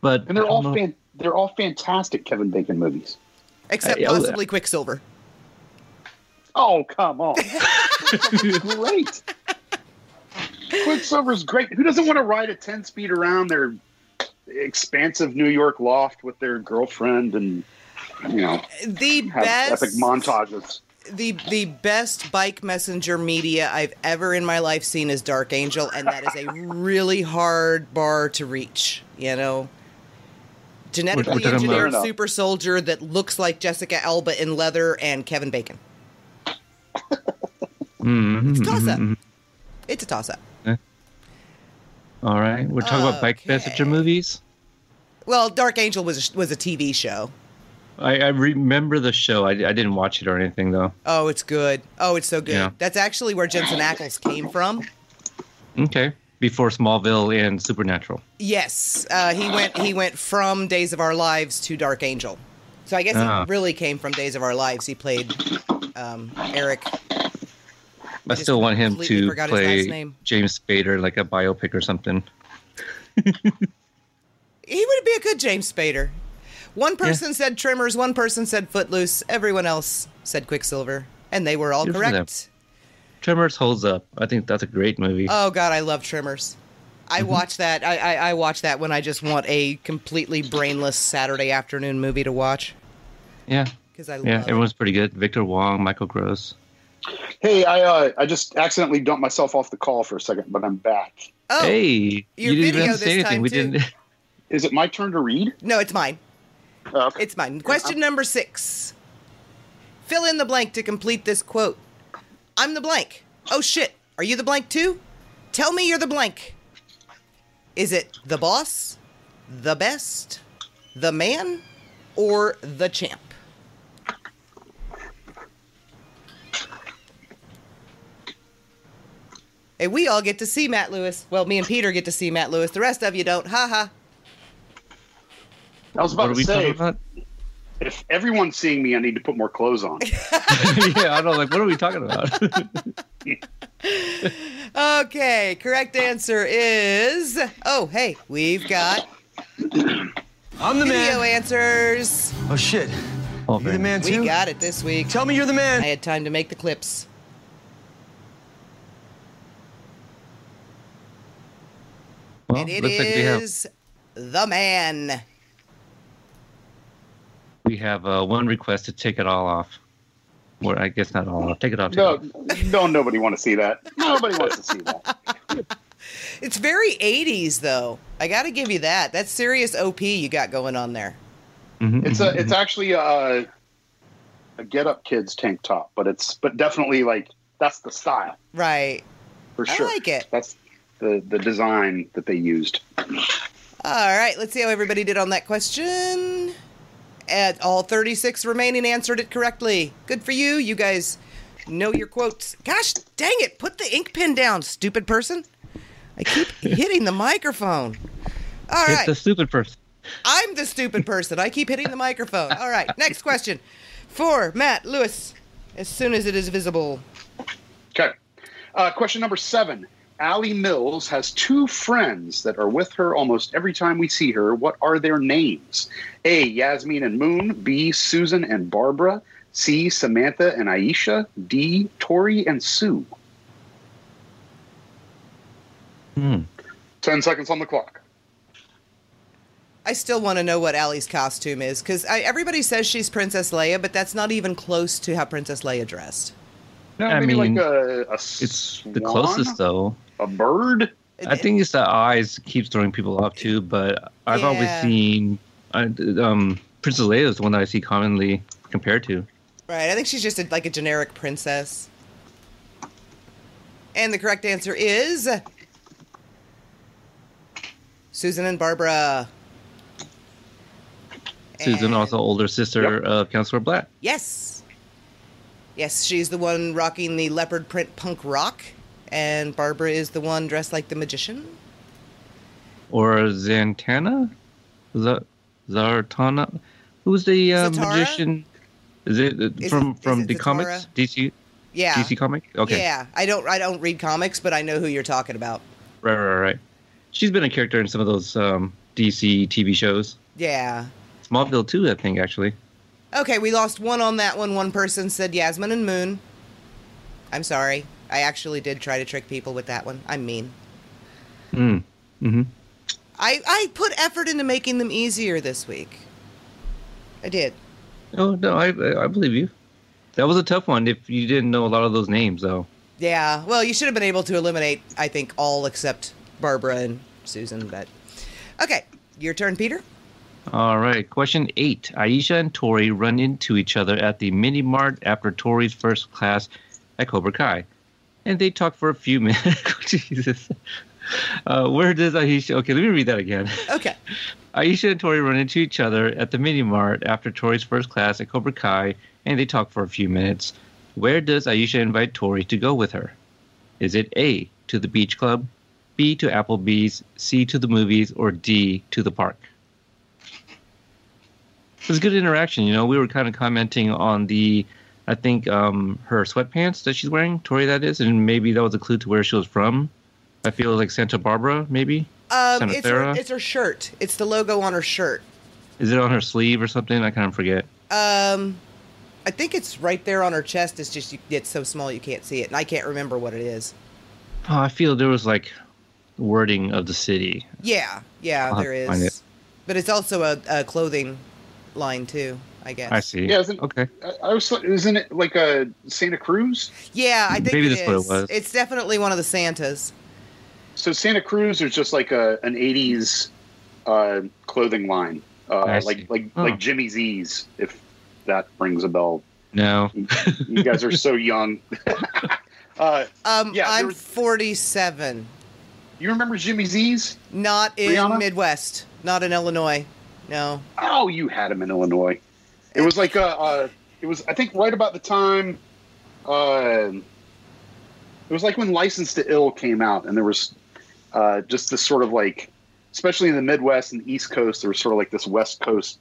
[SPEAKER 4] But
[SPEAKER 5] And they're
[SPEAKER 4] I
[SPEAKER 5] all
[SPEAKER 4] don't know-
[SPEAKER 5] fan, they're all fantastic Kevin Bacon movies.
[SPEAKER 3] Except
[SPEAKER 4] I- I-
[SPEAKER 3] possibly Quicksilver.
[SPEAKER 5] Oh come on, great! Quicksilver's great. Who doesn't want to ride a ten speed around their expansive New York loft with their girlfriend and you know
[SPEAKER 3] The
[SPEAKER 5] have
[SPEAKER 3] best
[SPEAKER 5] epic montages?
[SPEAKER 3] the the best bike messenger media I've ever in my life seen is Dark Angel, and that is a really hard bar to reach. You know, genetically
[SPEAKER 4] talking about-
[SPEAKER 3] engineered
[SPEAKER 5] Fair enough.
[SPEAKER 3] super soldier that looks like Jessica Alba in leather and Kevin Bacon.
[SPEAKER 4] Mhm,
[SPEAKER 3] It's a toss
[SPEAKER 4] mhm,
[SPEAKER 3] up.
[SPEAKER 4] mhm.
[SPEAKER 3] It's a toss up.
[SPEAKER 4] Yeah. All right. We're talking about bike messenger
[SPEAKER 3] Okay.
[SPEAKER 4] movies.
[SPEAKER 3] Well, Dark Angel was a, was a TV show.
[SPEAKER 4] I, I remember the show. I, I didn't watch it or anything though.
[SPEAKER 3] Oh, it's good. Oh, it's so good.
[SPEAKER 4] Yeah.
[SPEAKER 3] That's actually where Jensen Ackles came from.
[SPEAKER 4] Okay. Before Smallville and Supernatural.
[SPEAKER 3] Yes, uh, he went. He went from Days of Our Lives to Dark Angel. So I guess
[SPEAKER 4] Ah.
[SPEAKER 3] he really came from Days of Our Lives. He played um, Eric.
[SPEAKER 4] I
[SPEAKER 3] just
[SPEAKER 4] still want him
[SPEAKER 3] completely
[SPEAKER 4] to
[SPEAKER 3] forgot his last
[SPEAKER 4] play
[SPEAKER 3] name.
[SPEAKER 4] James Spader, like a biopic or something.
[SPEAKER 3] He would be a good James Spader. One person said Tremors. One person said Footloose. Everyone else said Quicksilver, and they were all
[SPEAKER 4] Good for them.
[SPEAKER 3] correct.
[SPEAKER 4] Tremors holds up. I think that's a great movie.
[SPEAKER 3] Oh God, I love Tremors. I watch that. I, I, I watch that when I just want a completely brainless Saturday afternoon movie to watch
[SPEAKER 4] yeah.
[SPEAKER 3] because I love.
[SPEAKER 4] Yeah.
[SPEAKER 3] it.
[SPEAKER 4] Everyone's pretty good. Victor Wong, Michael Gross.
[SPEAKER 5] Hey, I uh, I just accidentally dumped myself off the call for a second, but I'm back.
[SPEAKER 3] Oh
[SPEAKER 4] hey.
[SPEAKER 3] your
[SPEAKER 4] you didn't
[SPEAKER 3] video
[SPEAKER 4] even
[SPEAKER 3] this
[SPEAKER 4] say anything.
[SPEAKER 3] time,
[SPEAKER 4] we
[SPEAKER 3] too.
[SPEAKER 4] didn't.
[SPEAKER 5] Is it my turn to read?
[SPEAKER 3] no, it's mine.
[SPEAKER 5] Uh, okay.
[SPEAKER 3] It's mine. Question number six. Fill in the blank to complete this quote. I'm the blank. Oh shit. Are you the blank too? Tell me you're the blank. Is it the boss, the best, the man, or the champ? Hey, we all get to see Matt Lewis. Well, me and Peter get to see Matt Lewis. The rest of you don't. Ha ha.
[SPEAKER 5] I was
[SPEAKER 4] What
[SPEAKER 5] about
[SPEAKER 4] are
[SPEAKER 5] to
[SPEAKER 4] we talking
[SPEAKER 5] say,
[SPEAKER 4] about?
[SPEAKER 5] if everyone's seeing me, I need to put more clothes on.
[SPEAKER 4] yeah. I don't like. What are we talking about?
[SPEAKER 3] Okay, correct answer is. Oh, hey, we've got
[SPEAKER 2] I'm the
[SPEAKER 3] video
[SPEAKER 2] man.
[SPEAKER 3] answers.
[SPEAKER 2] Oh shit.
[SPEAKER 4] Oh,
[SPEAKER 2] You the man
[SPEAKER 3] We
[SPEAKER 2] too?
[SPEAKER 3] got it this week.
[SPEAKER 2] Tell me you're the man.
[SPEAKER 3] I had time to make the clips.
[SPEAKER 4] Well,
[SPEAKER 3] And it
[SPEAKER 4] looks like we have
[SPEAKER 3] is the man.
[SPEAKER 4] we have uh, one request to take it all off. Or I guess not all off. Take it off. Take
[SPEAKER 5] No,
[SPEAKER 4] it off.
[SPEAKER 5] no, nobody want to see that. Nobody wants to see that.
[SPEAKER 3] It's very 80s though. I got to give you that. That's serious OP you got going on there.
[SPEAKER 4] Mhm,
[SPEAKER 5] It's a,
[SPEAKER 4] mhm,
[SPEAKER 5] it's actually a, a get up kids tank top, but it's, but definitely like that's the style
[SPEAKER 3] Right.
[SPEAKER 5] for
[SPEAKER 3] I
[SPEAKER 5] sure.
[SPEAKER 3] like it.
[SPEAKER 5] That's the the design that they used.
[SPEAKER 3] All right, let's see how everybody did on that question. At all 36 remaining answered it correctly. Good for you. You guys know your quotes. Gosh, dang it. Put the ink pen down, stupid person. I keep hitting the microphone. All
[SPEAKER 4] Hit
[SPEAKER 3] right.
[SPEAKER 4] the stupid person.
[SPEAKER 3] I'm the stupid person. I keep hitting the microphone. All right. Next question for Matt Lewis as soon as it is visible.
[SPEAKER 5] Okay. Uh, question number seven. Allie Mills has two friends that are with her almost every time we see her. What are their names? A. Yasmin and Moon. B. Susan and Barbara. C. Samantha and Aisha. D. Tori and Sue.
[SPEAKER 4] Hmm.
[SPEAKER 5] Ten seconds on the clock.
[SPEAKER 3] I still want to know what Allie's costume is because everybody says she's Princess Leia, but that's not even close to how Princess Leia dressed.
[SPEAKER 5] No,
[SPEAKER 4] I
[SPEAKER 5] maybe
[SPEAKER 4] mean,
[SPEAKER 5] like a, a
[SPEAKER 4] It's the
[SPEAKER 5] swan?
[SPEAKER 4] closest though.
[SPEAKER 5] A bird.
[SPEAKER 4] I think it's the eyes keeps throwing people off too. But I've always
[SPEAKER 3] Yeah.
[SPEAKER 4] seen I, um, Princess Leia is the one that I see commonly compared to.
[SPEAKER 3] Right. I think she's just a, like a generic princess. And the correct answer is Susan and Barbara.
[SPEAKER 4] Susan,
[SPEAKER 3] And-
[SPEAKER 4] also older sister
[SPEAKER 5] Yep.
[SPEAKER 4] of Counselor Black.
[SPEAKER 3] Yes. Yes, she's the one rocking the leopard print punk rock, and Barbara is the one dressed like the magician.
[SPEAKER 4] or Zantana, Z- Zartana. Who's the uh,
[SPEAKER 3] Zatara?
[SPEAKER 4] magician? Is it uh,
[SPEAKER 3] Is
[SPEAKER 4] from
[SPEAKER 3] it- is
[SPEAKER 4] from
[SPEAKER 3] it
[SPEAKER 4] the
[SPEAKER 3] Zatara?
[SPEAKER 4] comics? DC
[SPEAKER 3] Yeah.
[SPEAKER 4] DC comic? Okay,
[SPEAKER 3] Yeah. I don't I don't read comics, but I know who you're talking about.
[SPEAKER 4] right, right, right. She's been a character in some of those um, DC TV shows.
[SPEAKER 3] Yeah.
[SPEAKER 4] Smallville too, I think actually.
[SPEAKER 3] Okay, we lost one on that one. One person said Yasmin and Moon. I'm sorry. I actually did try to trick people with that one. I'm mean.
[SPEAKER 4] Mm. hmm
[SPEAKER 3] I, I put effort into making them easier this week. I did.
[SPEAKER 4] Oh no, I I believe you. That was a tough one. If you didn't know a lot of those names, though.
[SPEAKER 3] Yeah. Well, you should have been able to eliminate, I think, all except Barbara and Susan, but. Okay, your turn, Peter.
[SPEAKER 4] All right. Question eight. Aisha and Tori run into each other at the mini mart after Tori's first class at Cobra Kai. And they talk for a few minutes. Jesus. Uh, where does Aisha? Okay, let me read that again.
[SPEAKER 3] Okay.
[SPEAKER 4] Aisha and Tori run into each other at the mini mart after Tori's first class at Cobra Kai, and they talk for a few minutes. Where does Aisha invite Tori to go with her? Is it A to the beach club, B to Applebee's, C to the movies, or D to the park? It was good interaction. You know, we were kind of commenting on the, I think, um, her sweatpants that she's wearing, Tori, that is, and maybe that was a clue to where she was from. I feel like Santa Barbara, maybe.
[SPEAKER 3] Um,
[SPEAKER 4] Santa
[SPEAKER 3] it's her,
[SPEAKER 4] Clara?
[SPEAKER 3] it's her shirt. It's the logo on her shirt.
[SPEAKER 4] Is it on her sleeve or something? I kind of forget.
[SPEAKER 3] Um, I think it's right there on her chest. It's just you, it's so small you can't see it, and I can't remember what it is.
[SPEAKER 4] Oh, I feel there was like wording of the city.
[SPEAKER 3] Yeah, yeah,
[SPEAKER 4] I'll have
[SPEAKER 3] there
[SPEAKER 4] to find it.
[SPEAKER 3] is. But it's also a, a clothing line too, I guess.
[SPEAKER 4] I see.
[SPEAKER 5] Yeah, isn't-
[SPEAKER 4] okay.
[SPEAKER 5] I, I was, isn't it like a Santa Cruz?
[SPEAKER 3] Yeah, I think
[SPEAKER 4] Maybe
[SPEAKER 3] it
[SPEAKER 4] that's what it
[SPEAKER 3] is.
[SPEAKER 4] was.
[SPEAKER 3] It's definitely one of the Santas.
[SPEAKER 5] So Santa Cruz is just like a an '80s uh, clothing line,
[SPEAKER 4] I
[SPEAKER 5] uh,
[SPEAKER 4] see.
[SPEAKER 5] like like
[SPEAKER 4] Oh.
[SPEAKER 5] like Jimmy Z's, if that rings a bell.
[SPEAKER 4] No.
[SPEAKER 5] You guys are so young. uh,
[SPEAKER 3] Um,
[SPEAKER 5] Yeah, there
[SPEAKER 3] I'm
[SPEAKER 5] was-
[SPEAKER 3] 47.
[SPEAKER 5] you remember Jimmy Z's?
[SPEAKER 3] Not in
[SPEAKER 5] Brianna?
[SPEAKER 3] Midwest. Not in Illinois. No.
[SPEAKER 5] Oh, you had him in Illinois. It was like a, uh, it was I think right about the time. Uh, it was like when License to Ill came out, and there was uh, just this sort of like, especially in the Midwest and the East Coast, there was sort of like this West Coast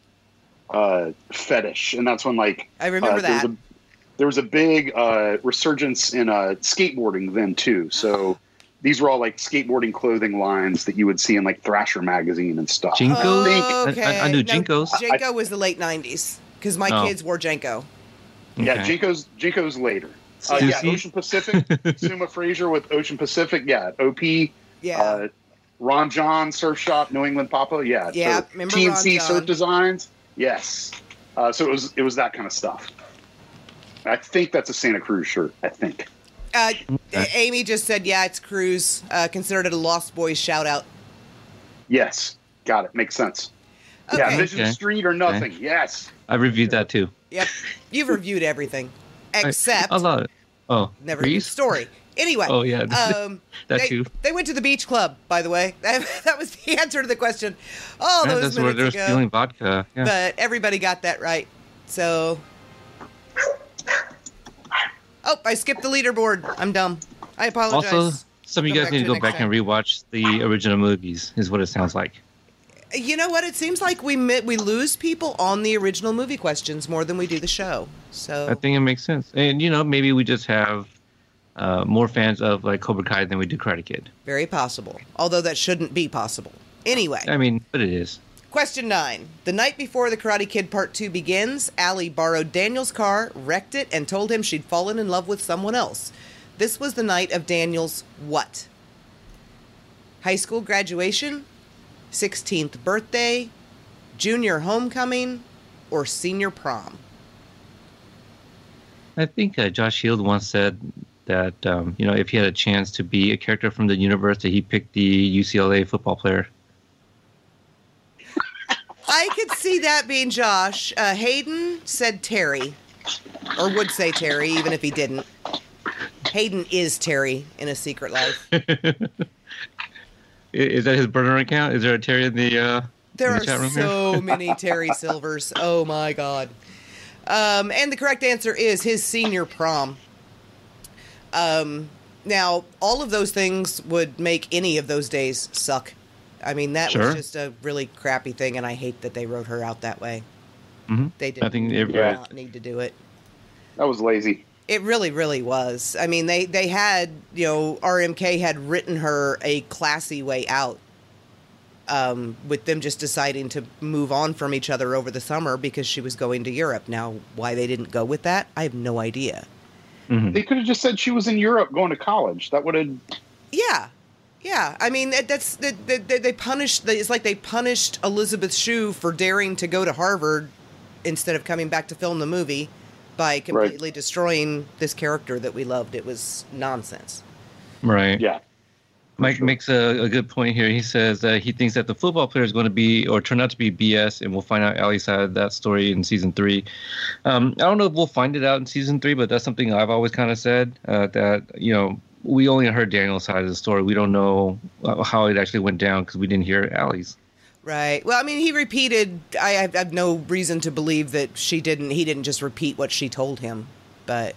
[SPEAKER 5] uh, fetish, and that's when like
[SPEAKER 3] I remember that.
[SPEAKER 5] uh, There was a, there was a big uh, resurgence in uh, skateboarding then too. So these were all like skateboarding clothing lines that you would see in like Thrasher magazine and stuff.
[SPEAKER 4] Jink- Jinkos?
[SPEAKER 3] Oh,
[SPEAKER 4] I- I- I knew Jinkos.
[SPEAKER 3] Jenko was the late 90s because my
[SPEAKER 4] Oh.
[SPEAKER 3] kids wore Jenko.
[SPEAKER 5] Yeah,
[SPEAKER 4] Okay.
[SPEAKER 5] Jinko's Jinko's later. Uh, yeah,
[SPEAKER 4] Susie?
[SPEAKER 5] Ocean Pacific. Suma Fraser with Ocean Pacific. Yeah, OP.
[SPEAKER 3] Yeah.
[SPEAKER 5] Uh, Ron John Surf Shop, New England Papa. Yeah,
[SPEAKER 3] Yeah,
[SPEAKER 5] so
[SPEAKER 3] remember Ron
[SPEAKER 5] TNC
[SPEAKER 3] John.
[SPEAKER 5] Surf Designs. Yes. Uh, so it was it was that kind of stuff. I think that's a Santa Cruz shirt. I think.
[SPEAKER 3] Uh, Amy just said, yeah, it's Cruz. Uh, considered it a Lost Boys shout out.
[SPEAKER 5] Yes, got it. Makes sense.
[SPEAKER 3] Okay.
[SPEAKER 5] Yeah, Vision
[SPEAKER 4] Okay.
[SPEAKER 5] Street or nothing. Yes.
[SPEAKER 4] I reviewed that too.
[SPEAKER 3] Yep. You've reviewed everything except
[SPEAKER 4] I love it. Oh,
[SPEAKER 3] never
[SPEAKER 4] Grease?
[SPEAKER 3] reviewed story. Anyway.
[SPEAKER 4] Oh, yeah.
[SPEAKER 3] Um,
[SPEAKER 4] That
[SPEAKER 3] they,
[SPEAKER 4] too.
[SPEAKER 3] They went to the beach club, by the way. That, was the answer to the question. All
[SPEAKER 4] Yeah,
[SPEAKER 3] those
[SPEAKER 4] that's where
[SPEAKER 3] minutes
[SPEAKER 4] they
[SPEAKER 3] ago.
[SPEAKER 4] were stealing vodka. Yeah.
[SPEAKER 3] But everybody got that right. So. Oh, I skipped the leaderboard. I'm dumb. I apologize.
[SPEAKER 4] also, some of you
[SPEAKER 3] Go
[SPEAKER 4] guys
[SPEAKER 3] back
[SPEAKER 4] need to
[SPEAKER 3] to
[SPEAKER 4] go
[SPEAKER 3] next
[SPEAKER 4] back
[SPEAKER 3] time.
[SPEAKER 4] and rewatch the original movies. Is what it sounds like.
[SPEAKER 3] you know what? It seems like we mi- we lose people on the original movie questions more than we do the show. So
[SPEAKER 4] I think it makes sense. And you know, maybe we just have uh, more fans of like Cobra Kai than we do Karate Kid.
[SPEAKER 3] very possible. Although that shouldn't be possible. Anyway.
[SPEAKER 4] I mean, but it is.
[SPEAKER 3] Question nine. The night before The Karate Kid Part 2 begins, Allie borrowed Daniel's car, wrecked it, and told him she'd fallen in love with someone else. This was the night of Daniel's what? High school graduation, 16th birthday, junior homecoming, or senior prom?
[SPEAKER 4] I think uh, Josh Shield once said that um, you know if he had a chance to be a character from the universe, that he picked the UCLA football player.
[SPEAKER 3] I could see that being Josh. Uh, Hayden said Terry, or would say Terry, even if he didn't. Hayden is Terry in a secret life.
[SPEAKER 4] I- Is that his burner account? Is there a Terry in the? Uh,
[SPEAKER 3] There
[SPEAKER 4] in the
[SPEAKER 3] are
[SPEAKER 4] chat room
[SPEAKER 3] so many Terry Silvers. Oh my god. Um, and the correct answer is his senior prom. Um, now all of those things would make any of those days suck. I mean that
[SPEAKER 4] Sure.
[SPEAKER 3] was just a really crappy thing, and I hate that they wrote her out that way.
[SPEAKER 4] Mhm.
[SPEAKER 3] They did
[SPEAKER 4] I think
[SPEAKER 3] did
[SPEAKER 4] everybody-
[SPEAKER 3] not need to do it.
[SPEAKER 5] That was lazy.
[SPEAKER 3] It really, really was. I mean, they they had you know RMK had written her a classy way out, um, with them just deciding to move on from each other over the summer because she was going to Europe. Now, why they didn't go with that, I have no idea.
[SPEAKER 4] Mhm.
[SPEAKER 5] They could have just said she was in Europe going to college. That would have.
[SPEAKER 3] Yeah, yeah. I mean, that, that's that they, they, they punished. It's like they punished Elizabeth Shue for daring to go to Harvard instead of coming back to film the movie by completely destroying this character that we loved. It was nonsense.
[SPEAKER 4] Right.
[SPEAKER 5] Yeah.
[SPEAKER 4] Mike makes a, a good point here. He says uh, he thinks that the football player is going to be or turn out to be BS, and we'll find out Ali's side of that story in season three. Um, I don't know if we'll find it out in season three, but that's something I've always kind of said uh, that you know we only heard Daniel's side of the story. We don't know uh, how it actually went down because we didn't hear Allie's.
[SPEAKER 3] Right. Well, I mean, he repeated. I have, I have no reason to believe that she didn't. He didn't just repeat what she told him. But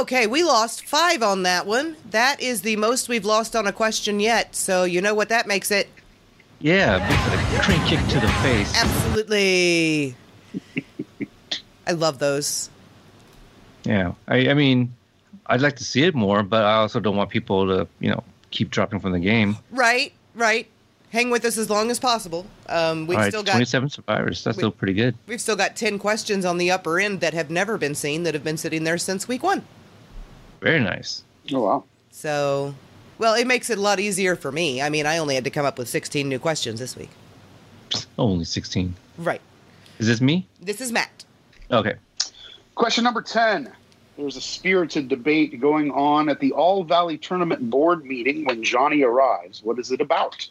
[SPEAKER 3] okay, we lost five on that one. That is the most we've lost on a question yet. So you know what that makes it.
[SPEAKER 4] Yeah, big a crank kick to the face.
[SPEAKER 3] Absolutely. I love those.
[SPEAKER 4] Yeah, I, I mean, I'd like to see it more, but I also don't want people to, you know, keep dropping from the game.
[SPEAKER 3] Right. Right. Hang with us as long as possible. Um, we've
[SPEAKER 4] All right,
[SPEAKER 3] still got
[SPEAKER 4] 27 survivors. That's
[SPEAKER 3] we-
[SPEAKER 4] still pretty good.
[SPEAKER 3] we've still got ten questions on the upper end that have never been seen that have been sitting there since week one.
[SPEAKER 4] Very nice.
[SPEAKER 5] Oh wow.
[SPEAKER 3] So, well, it makes it a lot easier for me. I mean, I only had to come up with 16 new questions this week.
[SPEAKER 4] Oh, Only 16.
[SPEAKER 3] Right.
[SPEAKER 4] Is this me?
[SPEAKER 3] This is Matt.
[SPEAKER 4] Okay.
[SPEAKER 5] Question number 10. There was a spirited debate going on at the All Valley Tournament board meeting when Johnny arrives. What is it about?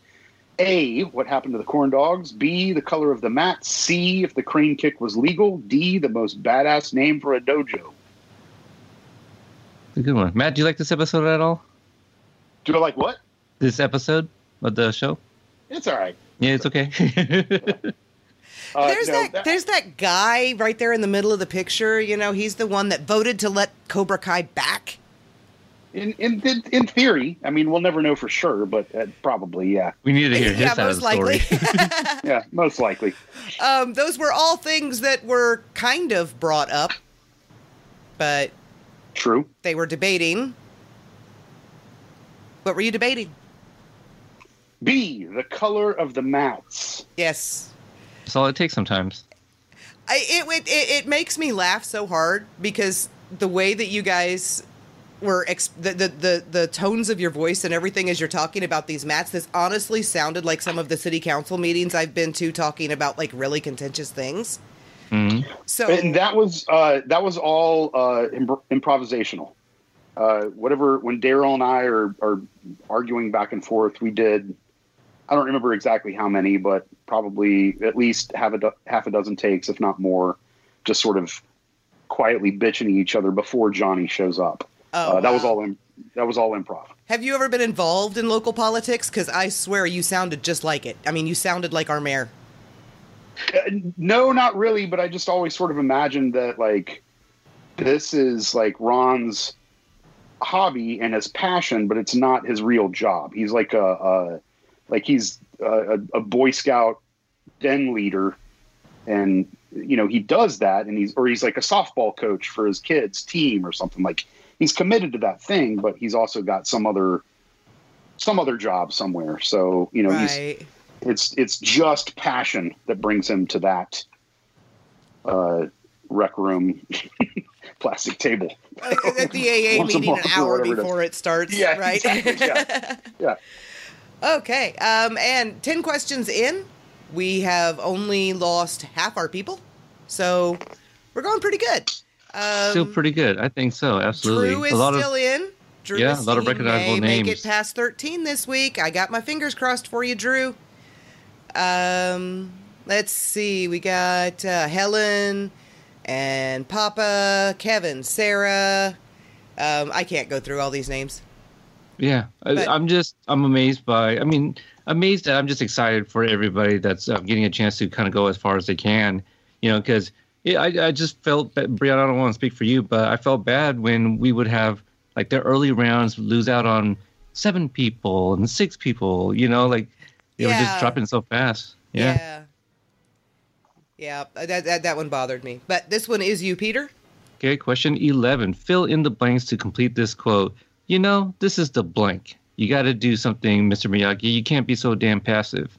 [SPEAKER 5] A. What happened to the corn dogs? B. The color of the mat? C. If the crane kick was legal? D. The most badass name for a dojo.
[SPEAKER 4] It's a good one. Matt, do you like this episode at all?
[SPEAKER 5] Do I like what?
[SPEAKER 4] This episode of the show?
[SPEAKER 5] It's all right.
[SPEAKER 4] Yeah, it's okay.
[SPEAKER 5] Uh,
[SPEAKER 3] there's
[SPEAKER 5] no,
[SPEAKER 3] that, there's that guy right there in the middle of the picture. You know, he's the one that voted to let Cobra Kai back.
[SPEAKER 5] in, in in in theory. I mean, we'll never know for sure, but uh, probably yeah,
[SPEAKER 4] we need to hear his
[SPEAKER 3] yeah,
[SPEAKER 4] side
[SPEAKER 3] most
[SPEAKER 4] of the story.
[SPEAKER 3] likely. Uh,
[SPEAKER 5] yeah, most likely.
[SPEAKER 3] um, those were all things that were kind of brought up, but
[SPEAKER 5] True.
[SPEAKER 3] they were debating. What were you debating?
[SPEAKER 5] B. The color of the mats.
[SPEAKER 3] Yes.
[SPEAKER 4] That's all it takes sometimes.
[SPEAKER 3] I, it, it it it makes me laugh so hard because the way that you guys were ex- the, the the the tones of your voice and everything as you're talking about these mats this honestly sounded like some of the city council meetings I've been to talking about like really contentious things.
[SPEAKER 4] Mhm.
[SPEAKER 3] So
[SPEAKER 5] and that was uh, that was all uh, imp- improvisational. Uh, whatever, when Daryl and I are, are arguing back and forth, we did. I don't remember exactly how many, but probably at least half a do- half a dozen takes, if not more, just sort of quietly bitching at each other before Johnny shows up.
[SPEAKER 3] Oh,
[SPEAKER 5] uh, that was
[SPEAKER 3] wow.
[SPEAKER 5] all. Im- that was all improv.
[SPEAKER 3] have you ever been involved in local politics? Because I swear you sounded just like it. I mean, you sounded like our mayor.
[SPEAKER 5] Uh, no, not really. But I just always sort of imagined that like this is like Ron's hobby and his passion, but it's not his real job. He's like a, a like he's a, a, a Boy Scout den leader, and you know he does that, and he's or he's like a softball coach for his kids' team or something. Like he's committed to that thing, but he's also got some other some other job somewhere. So you know he's
[SPEAKER 3] Right.
[SPEAKER 5] it's it's just passion that brings him to that uh, rec room plastic table.
[SPEAKER 3] Like, At the AA
[SPEAKER 5] Once a
[SPEAKER 3] meeting an
[SPEAKER 5] month or
[SPEAKER 3] hour
[SPEAKER 5] whatever it is.
[SPEAKER 3] before it starts.
[SPEAKER 5] Yeah,
[SPEAKER 3] Right.
[SPEAKER 5] exactly, yeah. Yeah.
[SPEAKER 3] Okay. Um, and 10 questions in, we have only lost half our people. So we're going pretty good. Um,
[SPEAKER 4] still pretty good. I think so. Absolutely.
[SPEAKER 3] Drew is
[SPEAKER 4] a lot
[SPEAKER 3] still
[SPEAKER 4] of
[SPEAKER 3] in. Drew
[SPEAKER 4] Yeah,
[SPEAKER 3] is-
[SPEAKER 4] a lot of
[SPEAKER 3] he
[SPEAKER 4] recognizable
[SPEAKER 3] may Make
[SPEAKER 4] names.
[SPEAKER 3] it past 13 this week. I got my fingers crossed for you, Drew. Um, let's see. We got uh, Helen and Papa, Kevin, Sarah. Um, I can't go through all these names.
[SPEAKER 4] yeah.
[SPEAKER 3] but-
[SPEAKER 4] I, I'm just I'm amazed by. I mean, amazed that I'm just excited for everybody that's uh, getting a chance to kind of go as far as they can. You know, because I I just felt that, Brianna. I don't want to speak for you, but I felt bad when we would have like the early rounds lose out on seven people and six people. You know, like they were
[SPEAKER 3] Yeah.
[SPEAKER 4] just dropping so fast. Yeah.
[SPEAKER 3] Yeah. Yeah, uh, that, that, that one bothered me. But this one is you, Peter.
[SPEAKER 4] Okay, question 11. Fill in the blanks to complete this quote. You know, this is the blank. You got to do something, Mr. Miyagi. You can't be so damn passive.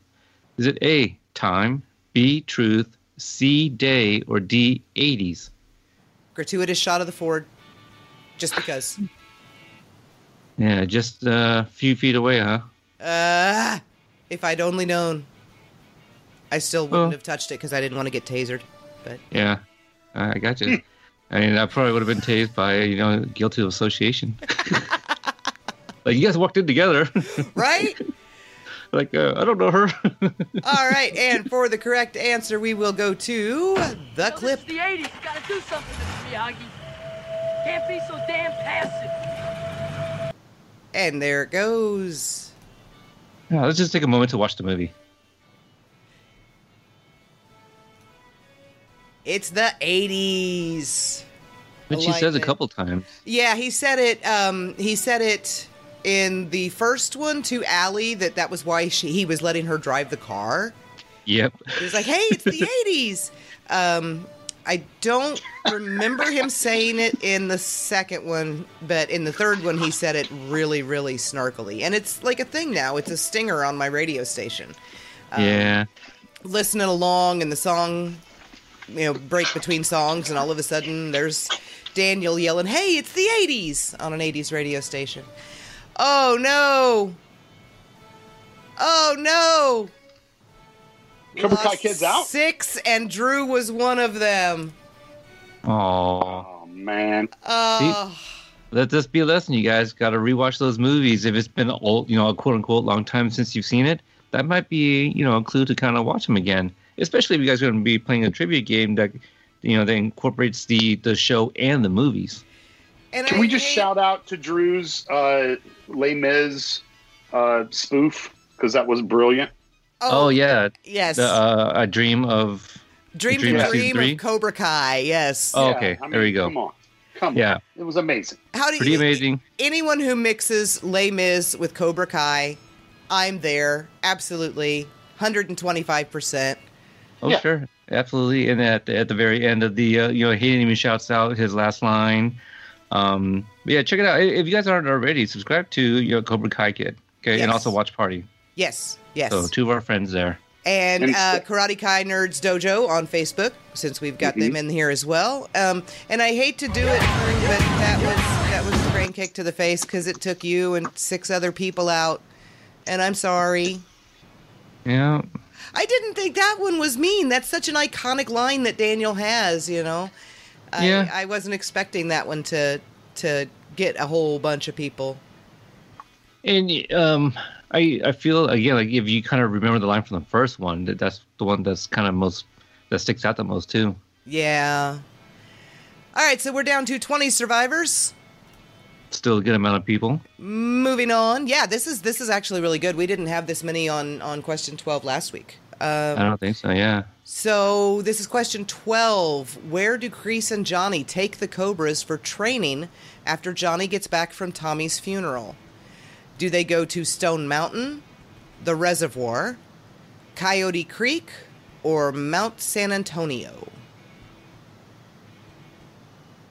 [SPEAKER 4] Is it A, time, B, truth, C, day, or D, 80s?
[SPEAKER 3] Gratuitous shot of the Ford. Just because.
[SPEAKER 4] Yeah, just a few feet away, huh?
[SPEAKER 3] Uh, if I'd only known, I still wouldn't
[SPEAKER 4] Well.
[SPEAKER 3] have touched it because I didn't want to get tasered. But
[SPEAKER 4] Yeah, I I got
[SPEAKER 3] Hmm.
[SPEAKER 4] you. I mean, I probably would have been tased by, you know, guilty of association. like, you guys walked in together.
[SPEAKER 3] right,
[SPEAKER 4] like, uh, I don't know her.
[SPEAKER 3] all right, and for the correct answer, we will go to the
[SPEAKER 6] Yo,
[SPEAKER 3] clip.
[SPEAKER 6] Oh, This is the 80s. Gotta do something, Mr. Miyagi. Can't be so damn passive.
[SPEAKER 3] And there it goes.
[SPEAKER 4] Yeah, let's just take a moment to watch the movie.
[SPEAKER 3] It's the 80s.
[SPEAKER 4] Which
[SPEAKER 3] I
[SPEAKER 4] she
[SPEAKER 3] like
[SPEAKER 4] says
[SPEAKER 3] it.
[SPEAKER 4] a couple times.
[SPEAKER 3] Yeah, he said it. Um, he said it in the first one to Allie that that was why she, he was letting her drive the car.
[SPEAKER 4] Yep.
[SPEAKER 3] He was like, "Hey, it's the '80s." Um, I don't remember him saying it in the second one, but in the third one, he said it really, really snarkily, and it's like a thing now. It's a stinger on my radio station.
[SPEAKER 4] yeah.
[SPEAKER 3] listening along and the song you know break between songs and all of a sudden there's daniel yelling hey it's the 80s on an 80s radio station oh no oh no
[SPEAKER 5] Cobra Kai
[SPEAKER 3] Lost
[SPEAKER 5] Kid's out.
[SPEAKER 3] six and drew was one of them
[SPEAKER 4] Oh.
[SPEAKER 5] Oh man,
[SPEAKER 3] oh
[SPEAKER 4] Let this be a lesson, you guys. Got to rewatch those movies. If it's been a old, you know, a quote unquote long time since you've seen it, that might be, you know, a clue to kind of watch them again. Especially if you guys are going to be playing a trivia game that, you know, that incorporates the the show and the movies.
[SPEAKER 3] and
[SPEAKER 5] can
[SPEAKER 3] I
[SPEAKER 5] we just
[SPEAKER 3] hate-
[SPEAKER 5] shout out to Drew's uh, Les Mis uh, spoof because that was brilliant.
[SPEAKER 4] Oh, yeah,
[SPEAKER 3] yes
[SPEAKER 4] the, uh, a dream of.
[SPEAKER 3] dream
[SPEAKER 4] Dream
[SPEAKER 3] to
[SPEAKER 5] of
[SPEAKER 4] Season
[SPEAKER 3] dream
[SPEAKER 4] Three?
[SPEAKER 3] of cobra kai yes
[SPEAKER 4] Oh, okay. There we go.
[SPEAKER 5] Come on, come
[SPEAKER 4] Yeah.
[SPEAKER 5] on. It was amazing.
[SPEAKER 3] how do
[SPEAKER 4] Pretty
[SPEAKER 3] you
[SPEAKER 4] amazing.
[SPEAKER 3] anyone who mixes Les Mis with Cobra Kai, I'm there. Absolutely. 125%.
[SPEAKER 4] Oh
[SPEAKER 5] Yeah.
[SPEAKER 4] sure, absolutely. And at at the very end of the, uh, you know, he even shouts out his last line. Um, but yeah, check it out. I- If you guys aren't already, subscribe to you know, Cobra Kai Kid. Okay,
[SPEAKER 3] Yes.
[SPEAKER 4] and also Watch Party.
[SPEAKER 3] Yes, yes.
[SPEAKER 4] So two of our friends there.
[SPEAKER 3] and
[SPEAKER 5] And-
[SPEAKER 3] uh, Karate Kai Nerds Dojo on Facebook, since we've got them in here as well. Um, and I hate to do it, but that was that was the brain kick to the face because it took you and six other people out. And I'm sorry.
[SPEAKER 4] Yeah,
[SPEAKER 3] I didn't think that one was mean. That's such an iconic line that Daniel has, you know. I,
[SPEAKER 4] Yeah.
[SPEAKER 3] I wasn't expecting that one to to get a whole bunch of people.
[SPEAKER 4] and um, I I feel again like if you kind of remember the line from the first one, that that's the one that's kind of most that sticks out the most too.
[SPEAKER 3] Yeah. All right, so we're down to 20 survivors.
[SPEAKER 4] Still a good amount of people.
[SPEAKER 3] Moving on. Yeah, this is this is actually really good. We didn't have this many on on question 12 last week. Um,
[SPEAKER 4] I don't think so. Yeah.
[SPEAKER 3] So this is question 12. Where do Crease and Johnny take the Cobras for training after Johnny gets back from Tommy's funeral? Do they go to Stone Mountain, the reservoir, Coyote Creek, or Mount San Antonio?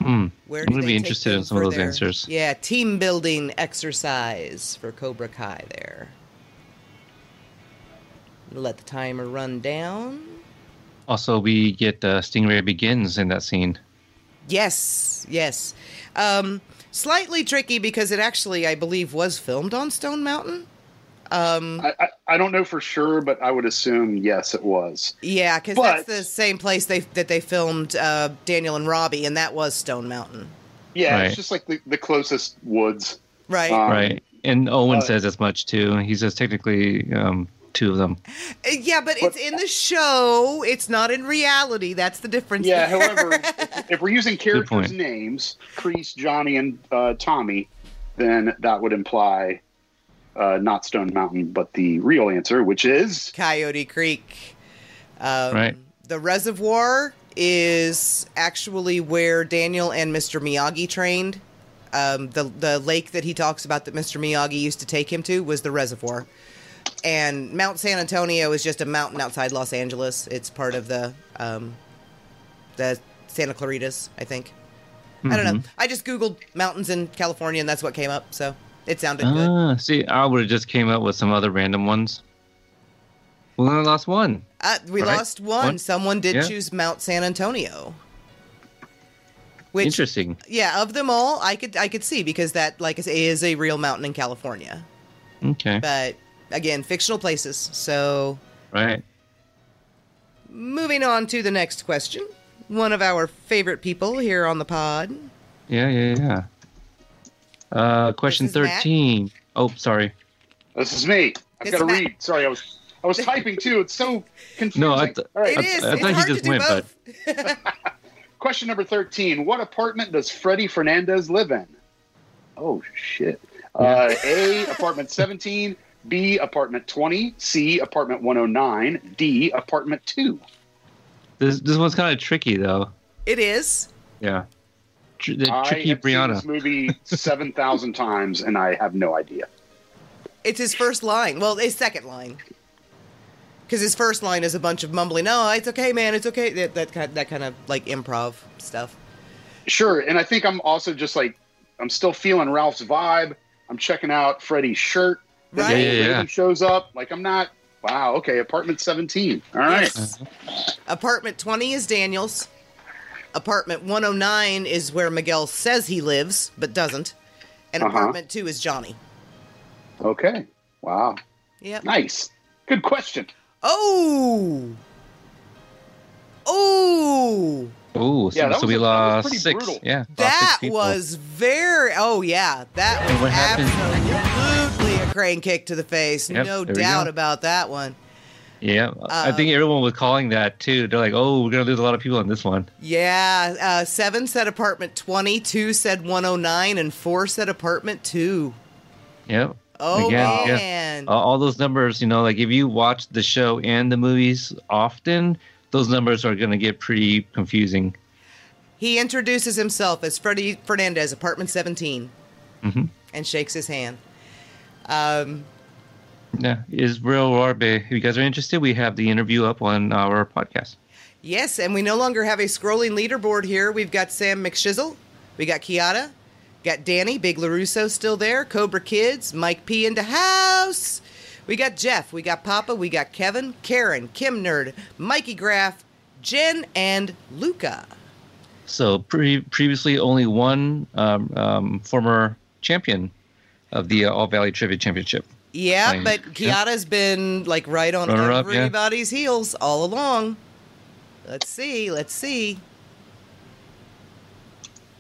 [SPEAKER 4] Hmm.
[SPEAKER 3] Where
[SPEAKER 4] I'm
[SPEAKER 3] do
[SPEAKER 4] gonna
[SPEAKER 3] they
[SPEAKER 4] be
[SPEAKER 3] take
[SPEAKER 4] interested in
[SPEAKER 3] them
[SPEAKER 4] some of
[SPEAKER 3] for
[SPEAKER 4] those answers.
[SPEAKER 3] Yeah, team building exercise for Cobra Kai there. Let the timer run down.
[SPEAKER 4] Also, we get uh, Stingray begins in that scene.
[SPEAKER 3] Yes, yes. Um, slightly tricky because it actually, I believe, was filmed on Stone Mountain. Um,
[SPEAKER 5] I, I, I don't know for sure, but I would assume yes, it was.
[SPEAKER 3] yeah, because that's
[SPEAKER 5] But-
[SPEAKER 3] the same place they that they filmed uh, Daniel and Robbie, and that was Stone Mountain,
[SPEAKER 5] Yeah,
[SPEAKER 4] Right.
[SPEAKER 5] it's just like the, the closest woods.
[SPEAKER 3] right?
[SPEAKER 5] Um,
[SPEAKER 4] right. And
[SPEAKER 3] Oh,
[SPEAKER 4] Owen
[SPEAKER 5] uh,
[SPEAKER 4] says as much too. He says technically um, two of them.
[SPEAKER 3] Uh, yeah, but it's in the show; it's not in reality. That's the difference.
[SPEAKER 5] Yeah,
[SPEAKER 3] there.
[SPEAKER 5] however, if, if we're using characters'
[SPEAKER 4] point.
[SPEAKER 5] names, Crease, Johnny, and uh, Tommy, then that would imply uh, not Stone Mountain, but the real answer, which is
[SPEAKER 3] Coyote Creek. Um,
[SPEAKER 4] Right.
[SPEAKER 3] The reservoir is actually where Daniel and Mr. Miyagi trained. Um, the the lake that he talks about that Mr. Miyagi used to take him to was the reservoir, and Mount San Antonio is just a mountain outside Los Angeles. It's part of the um, the Santa Claritas, I think. I don't
[SPEAKER 4] Mm-hmm.
[SPEAKER 3] know. I just googled mountains in California, and that's what came up. So it sounded good.
[SPEAKER 4] Ah, see, I would have just came up with some other random ones. Well, then I lost one.
[SPEAKER 3] Uh, we
[SPEAKER 4] Right?
[SPEAKER 3] lost one.
[SPEAKER 4] One?
[SPEAKER 3] Someone did
[SPEAKER 4] Yeah.
[SPEAKER 3] choose Mount San Antonio. Which,
[SPEAKER 4] Interesting.
[SPEAKER 3] yeah, of them all, I could I could see because that like I say, is a real mountain in California,
[SPEAKER 4] Okay.
[SPEAKER 3] but again, fictional places. So
[SPEAKER 4] Right.
[SPEAKER 3] moving on to the next question, one of our favorite people here on the pod.
[SPEAKER 4] Yeah, yeah, yeah. Uh, question
[SPEAKER 3] is Matt.
[SPEAKER 4] thirteen. Oh, sorry.
[SPEAKER 5] this is me. I've
[SPEAKER 3] It's
[SPEAKER 5] got to
[SPEAKER 3] Matt.
[SPEAKER 5] read. Sorry, I was I was typing too. It's so confusing.
[SPEAKER 4] No, I th-
[SPEAKER 5] All right, uh,
[SPEAKER 3] It is.
[SPEAKER 4] I
[SPEAKER 3] it's
[SPEAKER 4] thought he
[SPEAKER 3] hard to
[SPEAKER 4] just
[SPEAKER 3] do
[SPEAKER 4] went, but-
[SPEAKER 3] both.
[SPEAKER 5] Question number 13 What apartment does Freddie Fernandez live in? Oh, shit. Uh, A, apartment 17, B, apartment 20, C, apartment 109, D, apartment 2.
[SPEAKER 4] This this one's kind of tricky though.
[SPEAKER 3] It is.
[SPEAKER 4] Yeah, Tr- the
[SPEAKER 5] I
[SPEAKER 4] tricky
[SPEAKER 5] have seen this
[SPEAKER 4] Brianna.
[SPEAKER 5] movie 7,000 times and I have no idea.
[SPEAKER 3] It's his first line. Well, his second line. Because his first line is a bunch of mumbling. No, it's okay, man. It's okay. That that kind that kind of like improv stuff.
[SPEAKER 5] Sure. And I think I'm also just like, I'm still feeling Ralph's vibe. I'm checking out Freddie's shirt. Then
[SPEAKER 3] Right.
[SPEAKER 4] Yeah, yeah, yeah.
[SPEAKER 5] Brady shows up. Like, I'm not, wow, okay, apartment 17. All right.
[SPEAKER 3] Yes. Apartment 20 is Daniel's. Apartment 109 is where Miguel says he lives but doesn't. And
[SPEAKER 5] Uh-huh.
[SPEAKER 3] apartment 2 is Johnny.
[SPEAKER 5] Okay. Wow.
[SPEAKER 3] Yep.
[SPEAKER 5] Nice. Good question.
[SPEAKER 3] Oh. Oh.
[SPEAKER 4] Oh, so,
[SPEAKER 5] Yeah, that
[SPEAKER 4] so
[SPEAKER 5] was
[SPEAKER 4] we
[SPEAKER 5] a- that was
[SPEAKER 4] lost
[SPEAKER 5] pretty
[SPEAKER 4] six.
[SPEAKER 5] brutal.
[SPEAKER 4] Yeah, lost
[SPEAKER 3] That
[SPEAKER 4] six people.
[SPEAKER 3] was very Oh yeah, that was
[SPEAKER 4] what happened-
[SPEAKER 3] absolutely a crane kick to the face.
[SPEAKER 4] Yep,
[SPEAKER 3] no
[SPEAKER 4] there we
[SPEAKER 3] doubt
[SPEAKER 4] go.
[SPEAKER 3] about that one.
[SPEAKER 4] Yeah, I
[SPEAKER 3] uh,
[SPEAKER 4] think everyone was calling that too. They're like, "Oh, we're gonna lose a lot of people on this one."
[SPEAKER 3] Yeah, uh, seven said apartment twenty, two said one oh nine, and four said apartment two.
[SPEAKER 4] Yep.
[SPEAKER 3] Oh
[SPEAKER 4] Again, yeah.
[SPEAKER 3] man,
[SPEAKER 4] Uh, all those numbers, you know, like if you watch the show and the movies often, those numbers are gonna get pretty confusing.
[SPEAKER 3] He introduces himself as Freddie Fernandez, apartment 17, and shakes his hand. Um,
[SPEAKER 4] Yeah, is real Warbe. If you guys are interested, we have the interview up on our podcast.
[SPEAKER 3] yes, and we no longer have a scrolling leaderboard here. We've got Sam McShizzle, we got Kiata, got Danny, Big LaRusso still there, Cobra Kids, Mike P into house. We got Jeff, we got Papa, we got Kevin, Karen, Kim Nerd, Mikey Graff, Jen, and Luca.
[SPEAKER 4] So pre- previously, only one um, um, former champion of the uh, All Valley Trivia Championship.
[SPEAKER 3] Yeah,
[SPEAKER 4] Thanks.
[SPEAKER 3] but
[SPEAKER 4] Yeah.
[SPEAKER 3] Kiata's been like right on
[SPEAKER 4] Runner up, yeah.
[SPEAKER 3] everybody's heels all along. Let's see, let's see.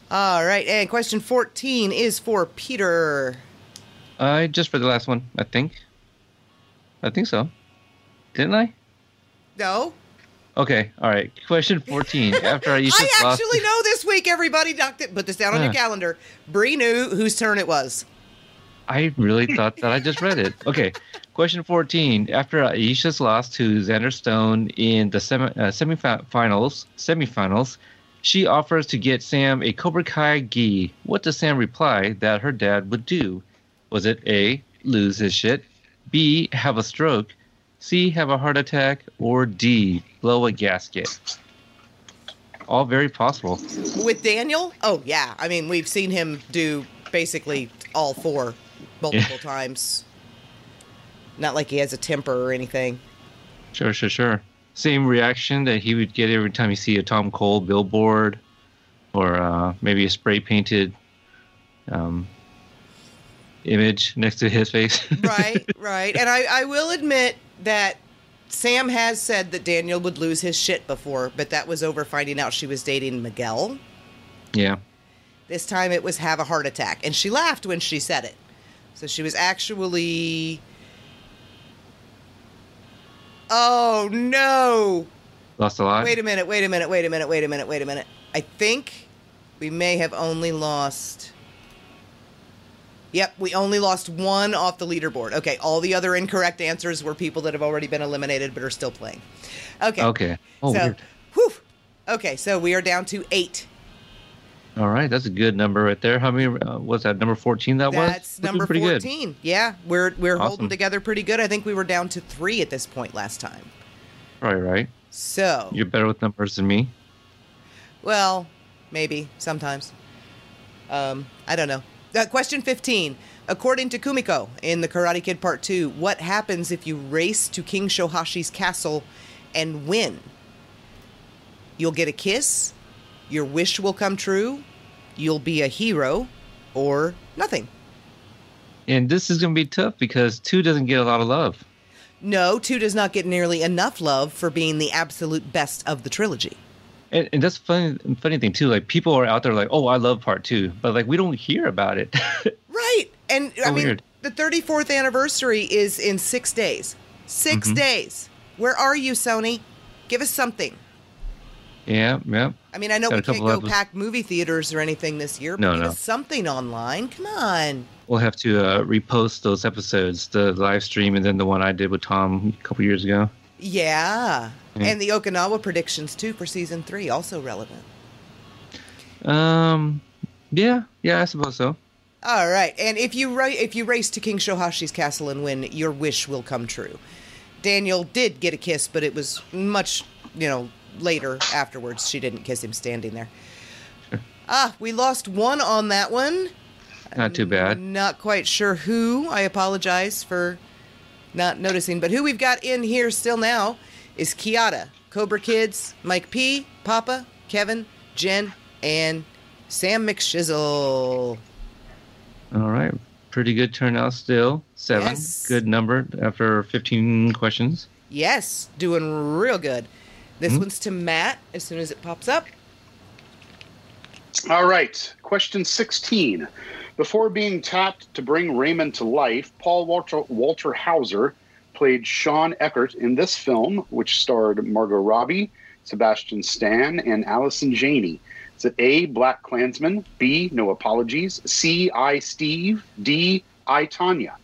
[SPEAKER 3] All right, and question 14 is for Peter.
[SPEAKER 4] I just for the last one, I think. I think so. Didn't I?
[SPEAKER 3] No?
[SPEAKER 4] Okay. All right. Question fourteen. After Aisha's
[SPEAKER 3] I
[SPEAKER 4] lost,
[SPEAKER 3] actually know this week, everybody. Knocked it, put this down on your
[SPEAKER 4] Yeah.
[SPEAKER 3] calendar. Bree knew whose turn it was.
[SPEAKER 4] I really thought that I just read it. Okay. Question fourteen. After Aisha's loss to Xander Stone in the semi uh, semifinals, semifinals, she offers to get Sam a Cobra Kai gi. What does Sam reply that her dad would do? Was it A. Lose his shit, B. Have a stroke, C. Have a heart attack, or D. Blow a gasket? All very possible.
[SPEAKER 3] With Daniel? Oh, yeah. I mean, we've seen him do basically all four multiple times. Not like he has a temper or anything.
[SPEAKER 4] Sure, sure, sure. Same reaction that he would get every time you see a Tom Cole billboard or uh, maybe a spray painted um, image next to his face.
[SPEAKER 3] right, right. And I, I will admit that Sam has said that Daniel would lose his shit before, but that was over finding out she was dating Miguel.
[SPEAKER 4] yeah.
[SPEAKER 3] This time it was have a heart attack. And she laughed when she said it. So she was actually. Oh, no.
[SPEAKER 4] Lost a lot.
[SPEAKER 3] Wait a minute, wait a minute, wait a minute, wait a minute, wait a minute. I think we may have only lost. Yep, we only lost one off the leaderboard. Okay, all the other incorrect answers were people that have already been eliminated but are still playing. Okay.
[SPEAKER 4] Okay. Oh,
[SPEAKER 3] so,
[SPEAKER 4] weird.
[SPEAKER 3] whew. Okay, so we are down to eight.
[SPEAKER 4] All right. That's a good number right there. How many uh, was that? Number 14 that was?
[SPEAKER 3] That's
[SPEAKER 4] Looking
[SPEAKER 3] number
[SPEAKER 4] pretty good.
[SPEAKER 3] fourteen. Yeah, we're we're holding
[SPEAKER 4] Awesome.
[SPEAKER 3] together pretty good. I think we were down to three at this point last time.
[SPEAKER 4] Right, right.
[SPEAKER 3] So
[SPEAKER 4] You're better with numbers than me.
[SPEAKER 3] Well, maybe sometimes. Um, I don't know. Uh, question 15. According to Kumiko in The Karate Kid Part 2, what happens if you race to King Shohashi's castle and win? You'll get a kiss, your wish will come true, you'll be a hero, or nothing.
[SPEAKER 4] And this is going to be tough because two doesn't get a lot of love.
[SPEAKER 3] No, 2 does not get nearly enough love for being the absolute best of the trilogy.
[SPEAKER 4] And, and that's funny. Funny thing too. Like people are out there like, oh, I love part two, but like we don't hear about it.
[SPEAKER 3] Right. And I
[SPEAKER 4] So
[SPEAKER 3] mean,
[SPEAKER 4] weird.
[SPEAKER 3] the 34th anniversary is in six
[SPEAKER 4] Mm-hmm.
[SPEAKER 3] days. 6 days. Where are you, Sony? Give us something.
[SPEAKER 4] Yeah, yeah.
[SPEAKER 3] I mean, I know
[SPEAKER 4] Got
[SPEAKER 3] we
[SPEAKER 4] a couple
[SPEAKER 3] can't go
[SPEAKER 4] episodes.
[SPEAKER 3] pack movie theaters or anything this year, but
[SPEAKER 4] No,
[SPEAKER 3] give
[SPEAKER 4] no.
[SPEAKER 3] us something online. Come on.
[SPEAKER 4] We'll have to uh, repost those episodes, the live stream, and then the one I did with Tom a couple years ago.
[SPEAKER 3] Yeah.
[SPEAKER 4] Yeah.
[SPEAKER 3] And the Okinawa predictions, too, for season three, also relevant.
[SPEAKER 4] Um, yeah, yeah, I suppose so.
[SPEAKER 3] All right. And if you ra- if you race to King Shohashi's castle and win, your wish will come true. Daniel did get a kiss, but it was much, you know, later afterwards. She didn't kiss him standing there. Ah, we lost one on that one.
[SPEAKER 4] Not too bad.
[SPEAKER 3] Not quite sure who. I apologize for not noticing, but who we've got in here still now is Kiata, Cobra Kids, Mike P, Papa, Kevin, Jen, and Sam McShizzle.
[SPEAKER 5] Mm-hmm.
[SPEAKER 4] All right, pretty good turnout still. Seven,
[SPEAKER 3] Yes.
[SPEAKER 4] good number after 15 questions.
[SPEAKER 3] Yes, doing real good. This one's to Matt as soon as it pops up.
[SPEAKER 5] All right. Question 16. Before being tapped to bring Raymond to life, Paul Walter, Walter Hauser played Sean Eckert in this film, which starred Margot Robbie, Sebastian Stan, and Allison Janney. Is it A, Black Klansman, B, No Apologies, C, I, Steve, D, I, Tanya?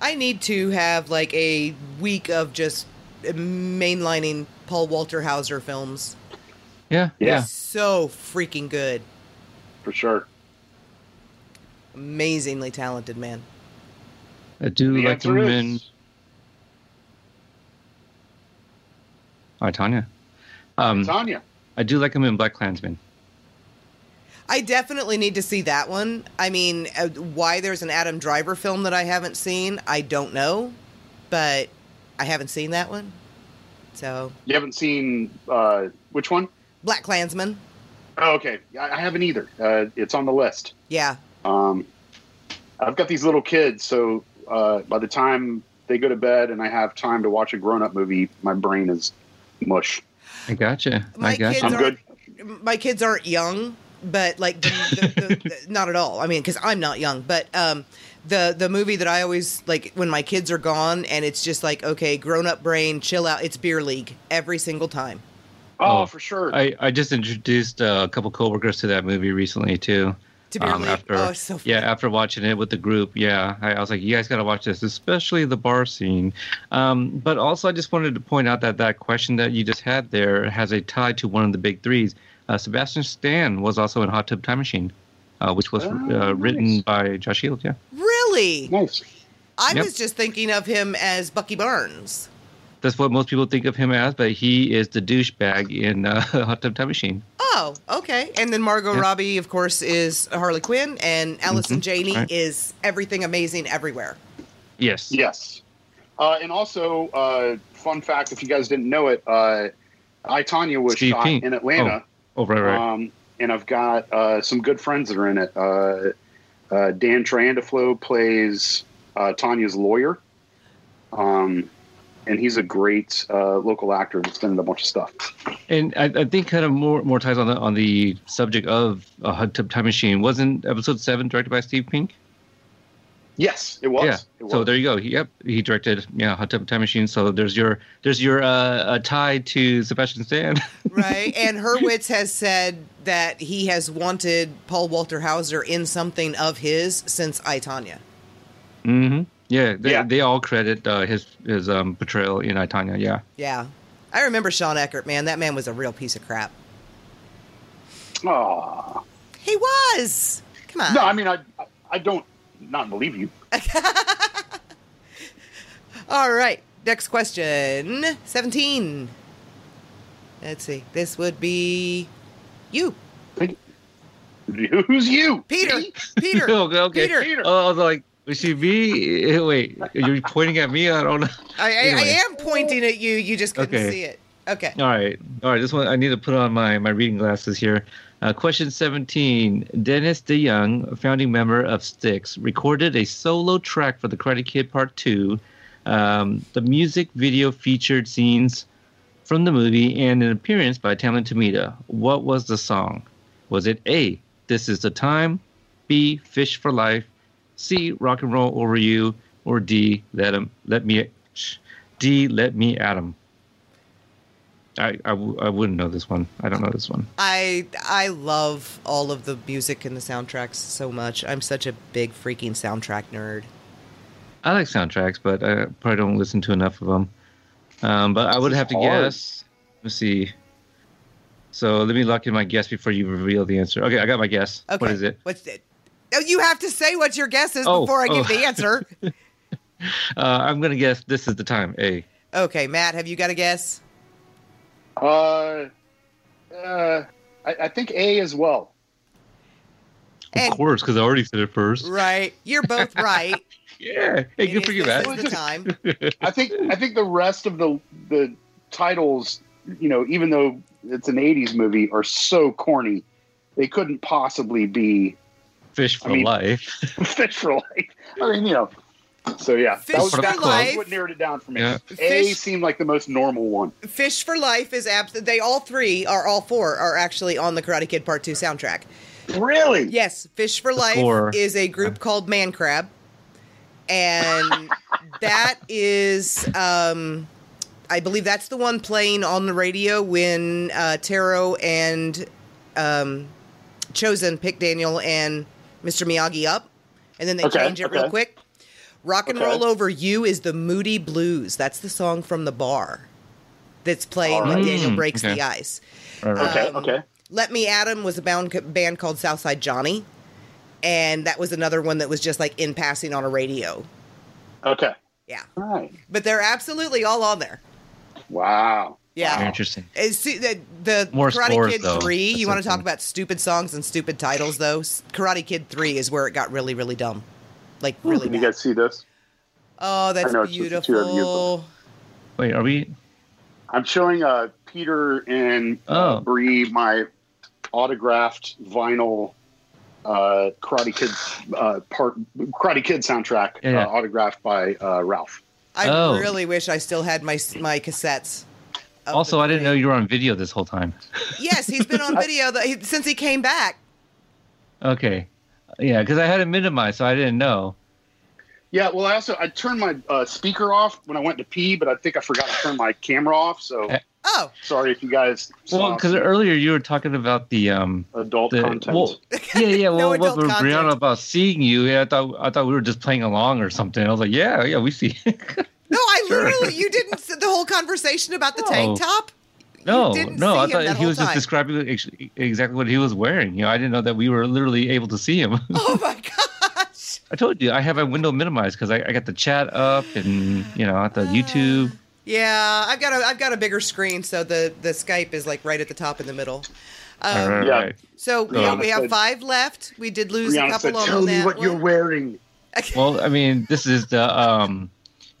[SPEAKER 3] I need to have like a week of just mainlining Paul Walter Hauser films.
[SPEAKER 4] Yeah, yeah.
[SPEAKER 5] Yes.
[SPEAKER 3] So freaking good.
[SPEAKER 5] For sure.
[SPEAKER 3] Amazingly talented man.
[SPEAKER 4] I do
[SPEAKER 5] The
[SPEAKER 4] like the
[SPEAKER 5] answer is
[SPEAKER 4] women. Hi, Tanya. Um,
[SPEAKER 5] Tanya.
[SPEAKER 4] I do like him in Black Klansman.
[SPEAKER 3] I definitely need to see that one. I mean, uh, why there's an Adam Driver film that I haven't seen, I don't know, but I haven't seen that one. So,
[SPEAKER 5] You haven't seen uh, which one?
[SPEAKER 3] Black Klansman.
[SPEAKER 5] Oh, okay. I I haven't either. Uh, it's on the list.
[SPEAKER 3] Yeah.
[SPEAKER 5] Um, I've got these little kids, so uh, by the time they go to bed and I have time to watch a grown-up movie, my brain is mush.
[SPEAKER 4] I gotcha.
[SPEAKER 3] My
[SPEAKER 4] I gotcha.
[SPEAKER 3] kids
[SPEAKER 5] I'm good.
[SPEAKER 3] aren't, my kids aren't young, but like the, the, the, not at all. I mean, because I'm not young, but um, the the movie that I always like when my kids are gone, and it's just like okay, grown up brain, chill out. It's beer league every single time.
[SPEAKER 5] Oh,
[SPEAKER 4] Oh,
[SPEAKER 5] for sure.
[SPEAKER 4] I, I just introduced uh, a couple coworkers to that movie recently too.
[SPEAKER 3] To beer
[SPEAKER 4] Um,
[SPEAKER 3] league,
[SPEAKER 4] after-
[SPEAKER 3] oh, it's so fun.
[SPEAKER 4] Yeah, after watching it with the group, yeah, I, I was like, you guys got to watch this, especially the bar scene. Um, but also, I just wanted to point out that that question that you just had there has a tie to one of the big threes. Uh, Sebastian Stan was also in Hot Tub Time Machine, uh, which was
[SPEAKER 5] Oh,
[SPEAKER 4] uh, written
[SPEAKER 5] nice.
[SPEAKER 4] by Josh Shields. Yeah,
[SPEAKER 3] Really,
[SPEAKER 5] nice.
[SPEAKER 3] I
[SPEAKER 4] Yep.
[SPEAKER 3] was just thinking of him as Bucky Barnes.
[SPEAKER 4] that's what most people think of him as, but he is the douchebag in uh, Hot Tub Time Machine.
[SPEAKER 3] Oh, okay. And then Margot
[SPEAKER 4] Yeah.
[SPEAKER 3] Robbie, of course, is Harley Quinn, and Allison Janney
[SPEAKER 4] Mm-hmm. Right.
[SPEAKER 3] is everything amazing everywhere.
[SPEAKER 4] Yes.
[SPEAKER 5] Yes. Uh, and also, uh, fun fact: if you guys didn't know it, uh, I Tanya was
[SPEAKER 4] Steve
[SPEAKER 5] shot
[SPEAKER 4] Pink.
[SPEAKER 5] in Atlanta,
[SPEAKER 4] Oh, right, right.
[SPEAKER 5] um, and I've got uh, some good friends that are in it. Uh, uh, Dan Triandaflo plays uh, Tanya's lawyer, um, and he's a great uh, local actor that's done a bunch of stuff.
[SPEAKER 4] And I, I think kind of more more ties on the on the subject of uh, Hot Tub Time Machine wasn't episode seven directed by Steve Pink?
[SPEAKER 5] Yes, it was.
[SPEAKER 4] yeah.
[SPEAKER 5] It was.
[SPEAKER 4] So there you go. He- Yep, he directed yeah Hot Tub Time Machine. So there's your there's your uh, uh, tie to Sebastian Stan.
[SPEAKER 3] right? And Hurwitz has said that he has wanted Paul Walter Hauser in something of his since I Tanya.
[SPEAKER 4] mm-hmm. Yeah. They,
[SPEAKER 5] Yeah.
[SPEAKER 4] They all credit uh, his his um, portrayal in Itanya. Yeah.
[SPEAKER 3] Yeah, I remember Sean Eckert. Man, that man was a real piece of crap.
[SPEAKER 5] Aw.
[SPEAKER 3] He was. Come on.
[SPEAKER 5] Ah. No, I mean, I, I- I don't not believe you.
[SPEAKER 3] All right. Next question. Seventeen. Let's see. This would be you,
[SPEAKER 5] Who's you?
[SPEAKER 3] Peter.
[SPEAKER 5] Me?
[SPEAKER 3] Peter.
[SPEAKER 4] okay. okay.
[SPEAKER 3] Peter.
[SPEAKER 5] Peter.
[SPEAKER 4] Oh, I was like, was she me? Wait, you're pointing at me? I don't know.
[SPEAKER 3] I, I, I
[SPEAKER 4] Anyway.
[SPEAKER 3] am pointing at you. You just couldn't
[SPEAKER 4] Okay.
[SPEAKER 3] see it. Okay.
[SPEAKER 4] All right, all right. This one I need to put on my my reading glasses here. Uh, question seventeen: Dennis DeYoung, founding member of Styx, recorded a solo track for the Karate Kid Part Two. Um, the music video featured scenes from the movie and an appearance by Tamlin Tomita. What was the song? Was it A. This is the time, B. Fish for life, C. Rock and roll over you, or D. Let 'em let me D. Let me at 'em. I I, w- I wouldn't know this one. I don't know this one.
[SPEAKER 3] I I love all of the music and the soundtracks so much. I'm such a big freaking soundtrack nerd.
[SPEAKER 4] I like soundtracks, but I probably don't listen to enough of them. Um, but I would have to
[SPEAKER 5] Hard.
[SPEAKER 4] guess. Let's see. So let me lock in my guess before you reveal the answer. Okay, I got my guess.
[SPEAKER 3] Okay.
[SPEAKER 4] What is it?
[SPEAKER 3] What's it? Oh, you have to say what your guess is
[SPEAKER 4] Oh,
[SPEAKER 3] before I give
[SPEAKER 4] oh.
[SPEAKER 3] the answer.
[SPEAKER 4] Uh, I'm gonna guess. This is the time. A.
[SPEAKER 3] okay, Matt, have you got a guess?
[SPEAKER 5] Uh, uh, I, I think A as well.
[SPEAKER 4] Of
[SPEAKER 3] And-
[SPEAKER 4] course, because I already said it first.
[SPEAKER 3] Right. You're both right.
[SPEAKER 4] Yeah. Hey,
[SPEAKER 3] It
[SPEAKER 4] good for
[SPEAKER 3] is-
[SPEAKER 4] you,
[SPEAKER 3] this
[SPEAKER 4] Matt.
[SPEAKER 3] is the time.
[SPEAKER 5] I think I think the rest of the the titles, you know, even though it's an '80s movie, are so corny. They couldn't possibly be
[SPEAKER 4] Fish for
[SPEAKER 5] mean-
[SPEAKER 4] life.
[SPEAKER 5] Fish for Life. I mean, you know. So yeah,
[SPEAKER 3] Fish
[SPEAKER 4] for
[SPEAKER 5] that
[SPEAKER 3] Life.
[SPEAKER 5] what narrowed it down for me.
[SPEAKER 4] Yeah.
[SPEAKER 5] A
[SPEAKER 3] Fish-
[SPEAKER 5] seemed like the most normal one.
[SPEAKER 3] Fish for Life is abs. They all three are all four are actually on the Karate Kid Part Two soundtrack.
[SPEAKER 5] Really?
[SPEAKER 3] Yes, Fish for Life
[SPEAKER 4] four.
[SPEAKER 3] is a group called Man Crab, and that is, um, I believe that's the one playing on the radio when uh, Taro and um, Chosen pick Daniel and Mr. Miyagi up, and then they
[SPEAKER 5] Okay,
[SPEAKER 3] change it real
[SPEAKER 5] okay.
[SPEAKER 3] quick. Rock and
[SPEAKER 5] Okay.
[SPEAKER 3] Roll Over You is the Moody Blues. That's the song from the bar that's playing
[SPEAKER 5] All
[SPEAKER 3] when
[SPEAKER 5] right.
[SPEAKER 3] Daniel
[SPEAKER 4] Mm,
[SPEAKER 3] breaks
[SPEAKER 4] okay.
[SPEAKER 3] the ice.
[SPEAKER 4] Right, right.
[SPEAKER 5] Okay.
[SPEAKER 3] Um,
[SPEAKER 5] okay.
[SPEAKER 3] Let Me At 'Em was a bound, band called Southside Johnny, and that was another one that was just like in passing on a radio.
[SPEAKER 5] Okay.
[SPEAKER 3] Yeah,
[SPEAKER 5] All right.
[SPEAKER 3] but they're absolutely all on there.
[SPEAKER 5] Wow.
[SPEAKER 4] Very
[SPEAKER 3] Yeah,
[SPEAKER 4] interesting.
[SPEAKER 3] It's- see, the, the
[SPEAKER 4] More
[SPEAKER 3] Karate
[SPEAKER 4] scores,
[SPEAKER 3] Kid
[SPEAKER 4] though.
[SPEAKER 3] Three.
[SPEAKER 4] That's
[SPEAKER 3] you want to talk
[SPEAKER 4] something.
[SPEAKER 3] about stupid songs and stupid titles, though? S- Karate Kid Three is where it got really, really dumb. Like really
[SPEAKER 5] Did you
[SPEAKER 3] bad.
[SPEAKER 5] guys see this?
[SPEAKER 3] oh, that's
[SPEAKER 5] know it's just the two of you,
[SPEAKER 3] beautiful.
[SPEAKER 4] Wait, are we?
[SPEAKER 5] I'm showing uh, Peter and
[SPEAKER 4] Oh.
[SPEAKER 5] uh, Bree my autographed vinyl uh, Karate Kid uh, part Karate Kid soundtrack
[SPEAKER 4] Yeah, yeah.
[SPEAKER 5] Uh, autographed by uh, Ralph.
[SPEAKER 3] I
[SPEAKER 4] Oh.
[SPEAKER 3] really wish I still had my s- my cassettes. of the
[SPEAKER 4] Also, I didn't
[SPEAKER 3] three.
[SPEAKER 4] know you were on video this whole time.
[SPEAKER 3] Yes, he's been on video that he, since he came back.
[SPEAKER 4] Okay. Yeah, because I had it minimized, so I didn't know.
[SPEAKER 5] Yeah, well, I also I turned my uh, speaker off when I went to pee, but I think I forgot to turn my camera off. So
[SPEAKER 4] Eh.
[SPEAKER 3] Oh,
[SPEAKER 5] sorry if you guys
[SPEAKER 4] Well,
[SPEAKER 5] saw
[SPEAKER 4] because earlier you were talking about the um
[SPEAKER 5] adult
[SPEAKER 4] the
[SPEAKER 5] content.
[SPEAKER 4] well, yeah yeah
[SPEAKER 3] No
[SPEAKER 4] well what
[SPEAKER 3] adult
[SPEAKER 4] were
[SPEAKER 3] content.
[SPEAKER 4] Brianna about seeing you? Yeah, I thought I thought we were just playing along or something. I was like, yeah yeah we see.
[SPEAKER 3] No, I
[SPEAKER 4] Sure.
[SPEAKER 3] literally you didn't s- the whole conversation about the
[SPEAKER 4] No.
[SPEAKER 3] tank top.
[SPEAKER 4] no
[SPEAKER 3] didn't
[SPEAKER 4] no
[SPEAKER 3] see
[SPEAKER 4] I
[SPEAKER 3] him
[SPEAKER 4] thought
[SPEAKER 3] that
[SPEAKER 4] he
[SPEAKER 3] whole
[SPEAKER 4] was just
[SPEAKER 3] time.
[SPEAKER 4] describing ex- exactly what he was wearing. You know, I didn't know that we were literally able to see him.
[SPEAKER 3] Oh my gosh!
[SPEAKER 4] I told you I have my window minimized because I, I got the chat up and you know
[SPEAKER 3] Ah.
[SPEAKER 4] at the YouTube.
[SPEAKER 3] Yeah, I've got a I've got a bigger screen, so the the Skype is like right at the top in the middle.
[SPEAKER 4] All
[SPEAKER 3] Um,
[SPEAKER 4] right,
[SPEAKER 5] yeah.
[SPEAKER 4] right.
[SPEAKER 3] So we,
[SPEAKER 5] Brianna
[SPEAKER 3] we have
[SPEAKER 5] said-
[SPEAKER 3] five left. We did lose a
[SPEAKER 5] Brianna
[SPEAKER 3] couple
[SPEAKER 5] said,
[SPEAKER 3] of
[SPEAKER 5] "Tell
[SPEAKER 3] them.
[SPEAKER 5] me
[SPEAKER 3] that
[SPEAKER 5] what you're
[SPEAKER 3] one.
[SPEAKER 5] wearing."
[SPEAKER 4] Well, I mean, this is the um.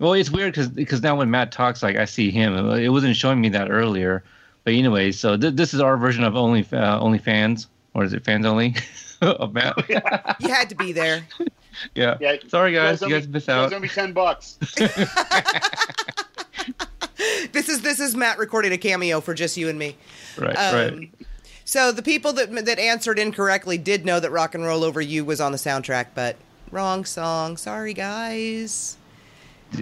[SPEAKER 4] Well, it's weird because now when Matt talks, like I see him. It wasn't showing me that earlier, but anyway, so th- this is our version of only uh, only fans, or is it fans only of Matt?
[SPEAKER 3] You had to be there.
[SPEAKER 4] yeah.
[SPEAKER 5] Yeah,
[SPEAKER 4] Sorry guys,
[SPEAKER 5] owe
[SPEAKER 4] you
[SPEAKER 5] me-
[SPEAKER 4] guys missed
[SPEAKER 5] you
[SPEAKER 4] out.
[SPEAKER 5] owe me ten bucks.
[SPEAKER 3] This is this is Matt recording a cameo for just you and me.
[SPEAKER 4] Right, right.
[SPEAKER 3] So the people that that answered incorrectly did know that "Rock and Roll Over You" was on the soundtrack, but wrong song. Sorry, guys.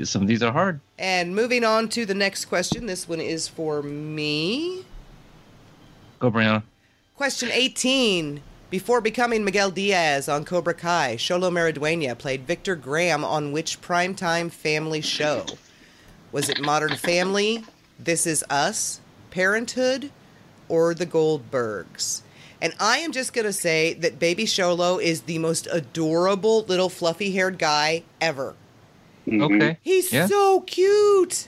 [SPEAKER 4] Some of these are hard.
[SPEAKER 3] And moving on to the next question. This one is for me.
[SPEAKER 4] Go, Brianna.
[SPEAKER 3] Question 18. Before becoming Miguel Diaz on Cobra Kai, Sholo Mariduena played Victor Graham on which primetime family show? Was it Modern Family, This Is Us, Parenthood, or The Goldbergs? And I am just going to say that Baby Sholo is the most adorable little fluffy haired guy ever.
[SPEAKER 5] Mm-hmm.
[SPEAKER 4] Okay.
[SPEAKER 3] He's
[SPEAKER 4] Yeah.
[SPEAKER 3] so cute.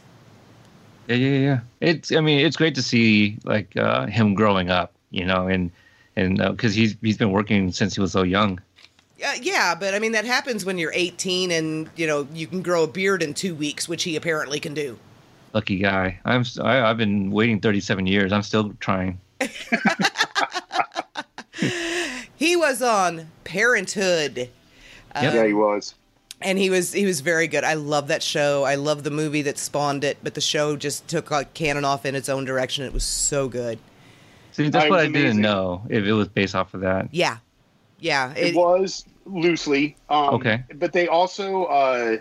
[SPEAKER 4] Yeah, yeah, yeah. It's I mean, it's great to see like uh, him growing up, you know, and and because he's he's been working since he was so young.
[SPEAKER 3] Uh, yeah, but I mean that happens when you're 18 and you know you can grow a beard in two weeks, which he apparently can do.
[SPEAKER 4] Lucky guy. I'm s- I, am i have been waiting 37 years. I'm still trying.
[SPEAKER 3] He was on Parenthood,
[SPEAKER 4] Yep.
[SPEAKER 5] Yeah, he was.
[SPEAKER 3] and he was he was very good. I love that show. I love the movie that spawned it, but the show just took a cannon off in its own direction. It was so good.
[SPEAKER 4] See, that's
[SPEAKER 5] It
[SPEAKER 4] what
[SPEAKER 5] was
[SPEAKER 4] I didn't
[SPEAKER 5] amazing.
[SPEAKER 4] know if it was based off of that.
[SPEAKER 3] Yeah, yeah.
[SPEAKER 5] It,
[SPEAKER 3] It,
[SPEAKER 5] was loosely. Um,
[SPEAKER 4] Okay.
[SPEAKER 5] But they also uh,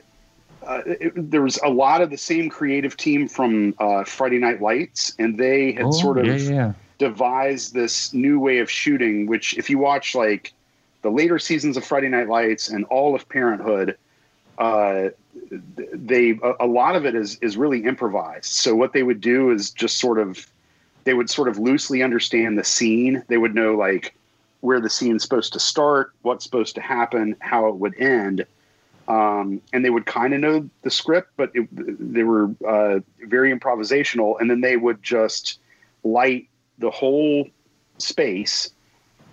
[SPEAKER 5] uh, it, there was a lot of the same creative team from uh, Friday Night Lights, and they had
[SPEAKER 4] Oh,
[SPEAKER 5] sort of
[SPEAKER 4] yeah, yeah.
[SPEAKER 5] devised this new way of shooting. Which, if you watch like the later seasons of Friday Night Lights and all of Parenthood, uh, they a, a lot of it is is really improvised. So what they would do is just sort of they would sort of loosely understand the scene. They would know like where the scene's supposed to start, what's supposed to happen, how it would end. Um, and they would kind of know the script, but it, they were uh, very improvisational. And then they would just light the whole space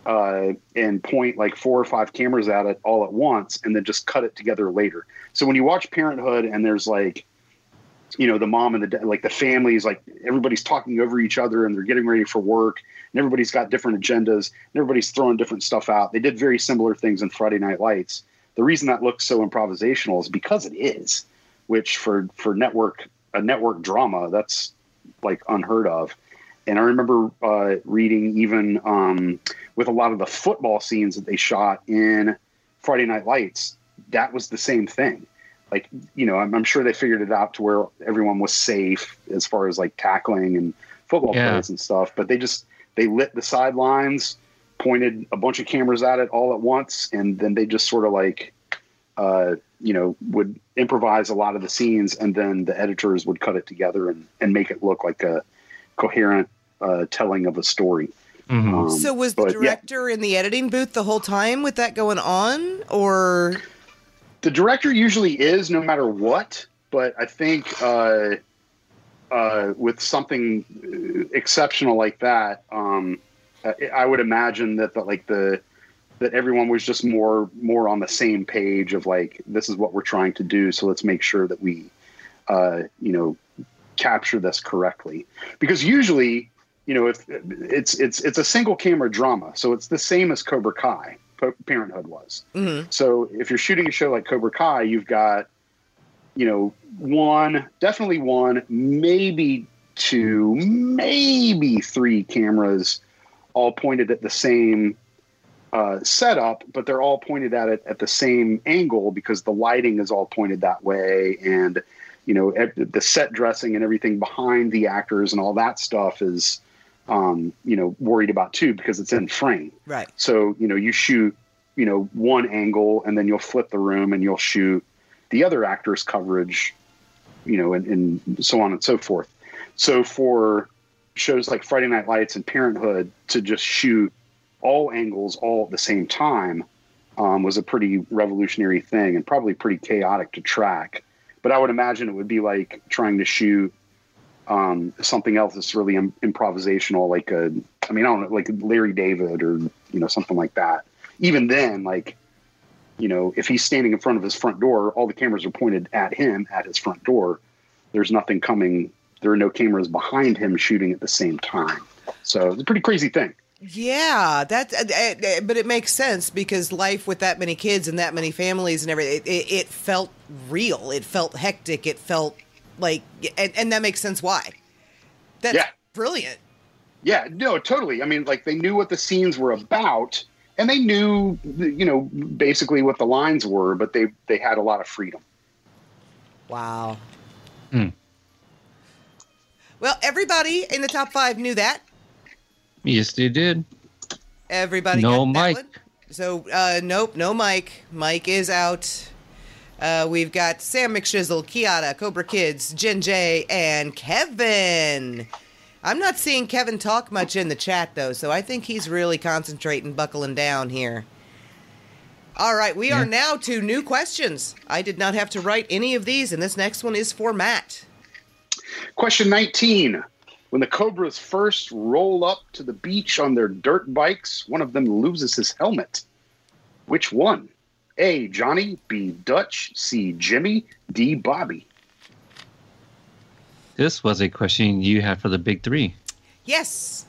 [SPEAKER 5] uh, and point like four or five cameras at it all at once and then just cut it together later. So when you watch Parenthood and there's like, you know, the mom and the dad, like the families, like everybody's talking over each other and they're getting ready for work and everybody's got different agendas and everybody's throwing different stuff out. They did very similar things in Friday Night Lights. The reason that looks so improvisational is because it is, which for, for network, a network drama, that's like unheard of. And I remember uh, reading even um, with a lot of the football scenes that they shot in Friday Night Lights, that was the same thing. Like, you know, I'm, I'm sure they figured it out to where everyone was safe as far as like tackling and football
[SPEAKER 4] Yeah.
[SPEAKER 5] players and stuff, but they just they lit the sidelines, pointed a bunch of cameras at it all at once, and then they just sort of like uh, you know, would improvise a lot of the scenes, and then the editors would cut it together and, and make it look like a coherent uh, telling of a story.
[SPEAKER 4] Mhm.
[SPEAKER 5] Um,
[SPEAKER 3] So was the
[SPEAKER 5] but, yeah.
[SPEAKER 3] director in the editing booth the whole time with that going on, or
[SPEAKER 5] the director usually is no matter what but i think uh, uh, with something uh, exceptional like that um, I, I would imagine that the, like the that everyone was just more more on the same page of like this is what we're trying to do so let's make sure that we uh, you know capture this correctly because usually you know if it's it's it's a single camera drama so it's the same as cobra kai Pa- parenthood was
[SPEAKER 3] Mhm.
[SPEAKER 5] so if you're shooting a show like Cobra Kai, you've got, you know, one, definitely one, maybe two, maybe three cameras all pointed at the same uh, setup, but they're all pointed at it at the same angle because the lighting is all pointed that way. And, you know, ev- the set dressing and everything behind the actors and all that stuff is, um, you know, worried about too because it's in frame.
[SPEAKER 3] right?
[SPEAKER 5] So, you know, you shoot, you know, one angle and then you'll flip the room and you'll shoot the other actor's coverage, you know, and, and so on and so forth. So for shows like Friday Night Lights and Parenthood to just shoot all angles all at the same time um, was a pretty revolutionary thing and probably pretty chaotic to track. But I would imagine it would be like trying to shoot um, something else that's really Im- improvisational, like a, I mean, I don't know, like Larry David or you know something like that. Even then, like you know, if he's standing in front of his front door, all the cameras are pointed at him at his front door. There's nothing coming. There are no cameras behind him shooting at the same time. So it's a pretty crazy thing.
[SPEAKER 3] Yeah, that. Uh, uh, but it makes sense because life with that many kids and that many families and everything, it, it, it felt real. It felt hectic. It felt like, and, and that makes sense why. That's
[SPEAKER 5] Yeah.
[SPEAKER 3] brilliant.
[SPEAKER 5] Yeah, no, totally. I mean, like they knew what the scenes were about, and they knew, you know, basically what the lines were, but they they had a lot of freedom.
[SPEAKER 3] Wow.
[SPEAKER 4] Hmm.
[SPEAKER 3] Well, everybody in the top five knew that.
[SPEAKER 4] Yes, they did.
[SPEAKER 3] Everybody.
[SPEAKER 4] No
[SPEAKER 3] got that
[SPEAKER 4] Mike.
[SPEAKER 3] one? So uh, nope, no Mike. Mike is out. Uh, we've got Sam McShizzle, Kiata, Cobra Kids, Jin J, and Kevin. I'm not seeing Kevin talk much in the chat though, so I think he's really concentrating, buckling down here. All right, we are now to new questions. I did not have to write any of these, and this next one is for Matt.
[SPEAKER 5] Question 19. When the Cobras first roll up to the beach on their dirt bikes, one of them loses his helmet. Which one? A. Johnny, B. Dutch, C. Jimmy, D. Bobby.
[SPEAKER 4] This was a question you had for the big three.
[SPEAKER 3] Yes.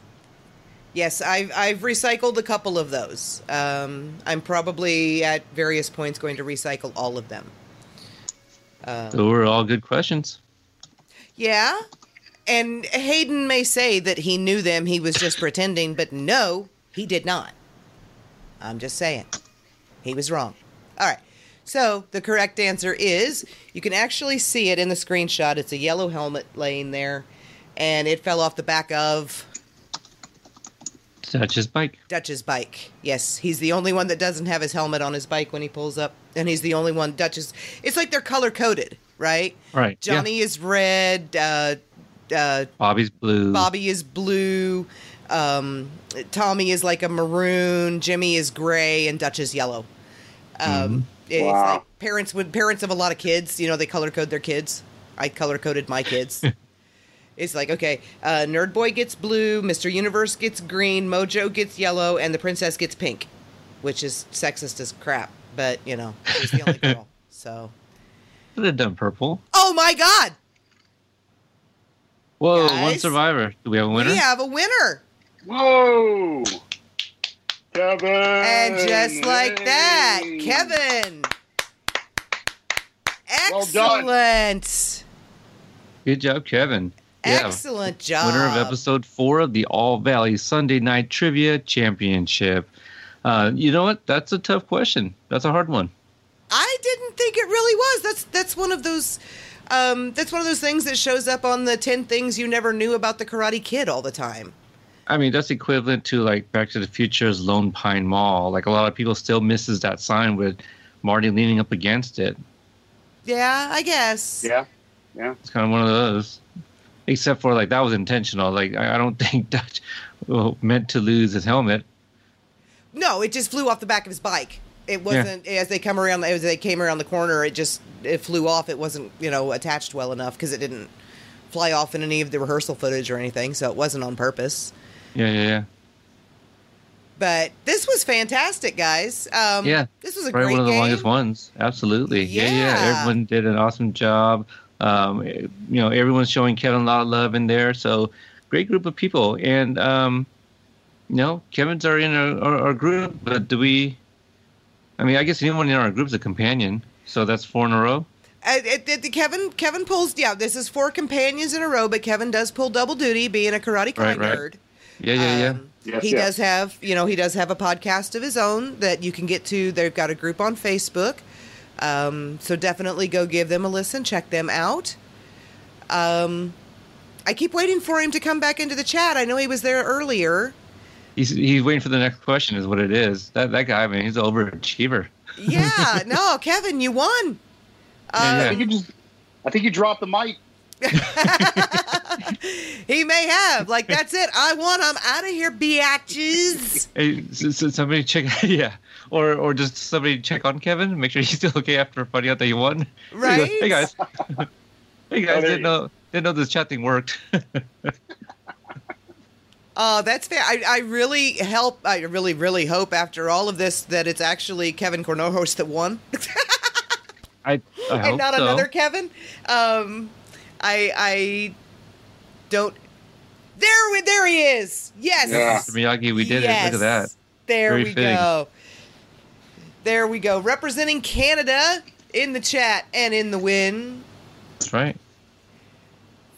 [SPEAKER 3] Yes, I've, I've recycled a couple of those. Um, I'm probably at various points going to recycle all of them. Oh.
[SPEAKER 4] They were all good questions.
[SPEAKER 3] Yeah. And Hayden may say that he knew them, he was just pretending, but no, he did not. I'm just saying. He was wrong. All right. So the correct answer is you can actually see it in the screenshot. It's a yellow helmet laying there, and it fell off the back of
[SPEAKER 4] Such as bike.
[SPEAKER 3] Dutch's bike. Yes, he's the only one that doesn't have his helmet on his bike when he pulls up, and he's the only one. Dutch's. It's like they're color coded, right?
[SPEAKER 4] Right. yeah.
[SPEAKER 3] Johnny is red. Uh, uh,
[SPEAKER 4] Bobby's blue.
[SPEAKER 3] Bobby is blue. Um, Tommy is like a maroon. Jimmy is gray, and Dutch is yellow. Um, It's
[SPEAKER 5] Wow.
[SPEAKER 3] like parents would parents of a lot of kids. You know, they color code their kids. I color coded my kids. it's like okay, uh, Nerd Boy gets blue, Mister Universe gets green, Mojo gets yellow, and the princess gets pink, which is sexist as crap. But you know, she's the only girl. So,
[SPEAKER 4] Could have done purple.
[SPEAKER 3] oh my God,
[SPEAKER 4] Whoa, one
[SPEAKER 3] Guys.
[SPEAKER 4] survivor. Do we have a winner?
[SPEAKER 3] we have a winner.
[SPEAKER 5] Whoa, Kevin!
[SPEAKER 3] And just like that,
[SPEAKER 5] Yay.
[SPEAKER 3] Kevin.
[SPEAKER 5] Well done.
[SPEAKER 3] Excellent.
[SPEAKER 4] Good job, Kevin.
[SPEAKER 3] Excellent job.
[SPEAKER 4] Winner of episode four of the All Valley Sunday Night Trivia Championship. Uh, you know what? That's a tough question. That's a hard one.
[SPEAKER 3] I didn't think it really was. That's that's one of those um, that's one of those things that shows up on the 10 things you never knew about the Karate Kid all the time.
[SPEAKER 4] I mean, that's equivalent to like Back to the Future's Lone Pine Mall. Like a lot of people still misses that sign with Marty leaning up against it.
[SPEAKER 3] Yeah, I guess.
[SPEAKER 5] Yeah,
[SPEAKER 4] It's kind of one of those. Except for like that was intentional. Like I I don't think Dutch well, meant to lose his helmet.
[SPEAKER 3] No, it just flew off the back of his bike. It wasn't as they come around as they came around the corner, it just it flew off. It wasn't, you know, attached well enough cuz it didn't fly off in any of the rehearsal footage or anything, so it wasn't on purpose.
[SPEAKER 4] Yeah, yeah, yeah.
[SPEAKER 3] But this was fantastic, guys. Um,
[SPEAKER 4] Yeah,
[SPEAKER 3] this was a
[SPEAKER 4] Probably
[SPEAKER 3] great
[SPEAKER 4] one of the
[SPEAKER 3] game.
[SPEAKER 4] longest ones. Absolutely. Yeah. yeah,
[SPEAKER 3] Yeah.
[SPEAKER 4] Everyone did an awesome job. Um, you know, everyone's showing Kevin a lot of love in there. So great group of people. And um, you know, Kevin's already in our, our, our group, but do we? I mean, I guess anyone in our group is a companion. So that's four in a row.
[SPEAKER 3] Uh, it- it- Kevin Kevin pulls. Yeah, this is four companions in a row, but Kevin does pull double duty, being a karate
[SPEAKER 4] Right,
[SPEAKER 3] kind
[SPEAKER 4] right.
[SPEAKER 3] nerd.
[SPEAKER 4] Yeah, yeah, yeah.
[SPEAKER 3] Um,
[SPEAKER 5] Yes,
[SPEAKER 3] he
[SPEAKER 5] yes.
[SPEAKER 3] does have, you know, he does have a podcast of his own that you can get to. They've got a group on Facebook, um, so definitely go give them a listen, check them out. Um, I keep waiting for him to come back into the chat. I know he was there earlier.
[SPEAKER 4] he's he's waiting for the next question. Is what it is. That that guy, I mean, he's an overachiever.
[SPEAKER 3] Yeah, no, Kevin, you won.
[SPEAKER 4] Yeah,
[SPEAKER 3] Uh,
[SPEAKER 5] I think you just, I think you dropped the mic.
[SPEAKER 3] He may have. Like, that's it. I want him out of here, biatches.
[SPEAKER 4] Hey, s- s- somebody check, yeah, or or just somebody check on Kevin, make sure he's still okay after finding out that he won. He goes,
[SPEAKER 3] Right?
[SPEAKER 4] Hey guys. hey guys,
[SPEAKER 5] there
[SPEAKER 4] didn't
[SPEAKER 5] you
[SPEAKER 4] know didn't know this chat thing worked.
[SPEAKER 3] Oh, that's fair. I, I really help. I really, really hope after all of this that it's actually Kevin Cornojos that won
[SPEAKER 4] I, I hope
[SPEAKER 3] and not
[SPEAKER 4] so.
[SPEAKER 3] another Kevin. Um, I, I don't. There, we, there he is. Yes.
[SPEAKER 5] Yeah.
[SPEAKER 4] Mr. Miyagi, we did it. Look at that.
[SPEAKER 3] Yes. There
[SPEAKER 4] Very
[SPEAKER 3] we
[SPEAKER 4] fitting.
[SPEAKER 3] go. There we go. Representing Canada in the chat and in the win.
[SPEAKER 4] That's right.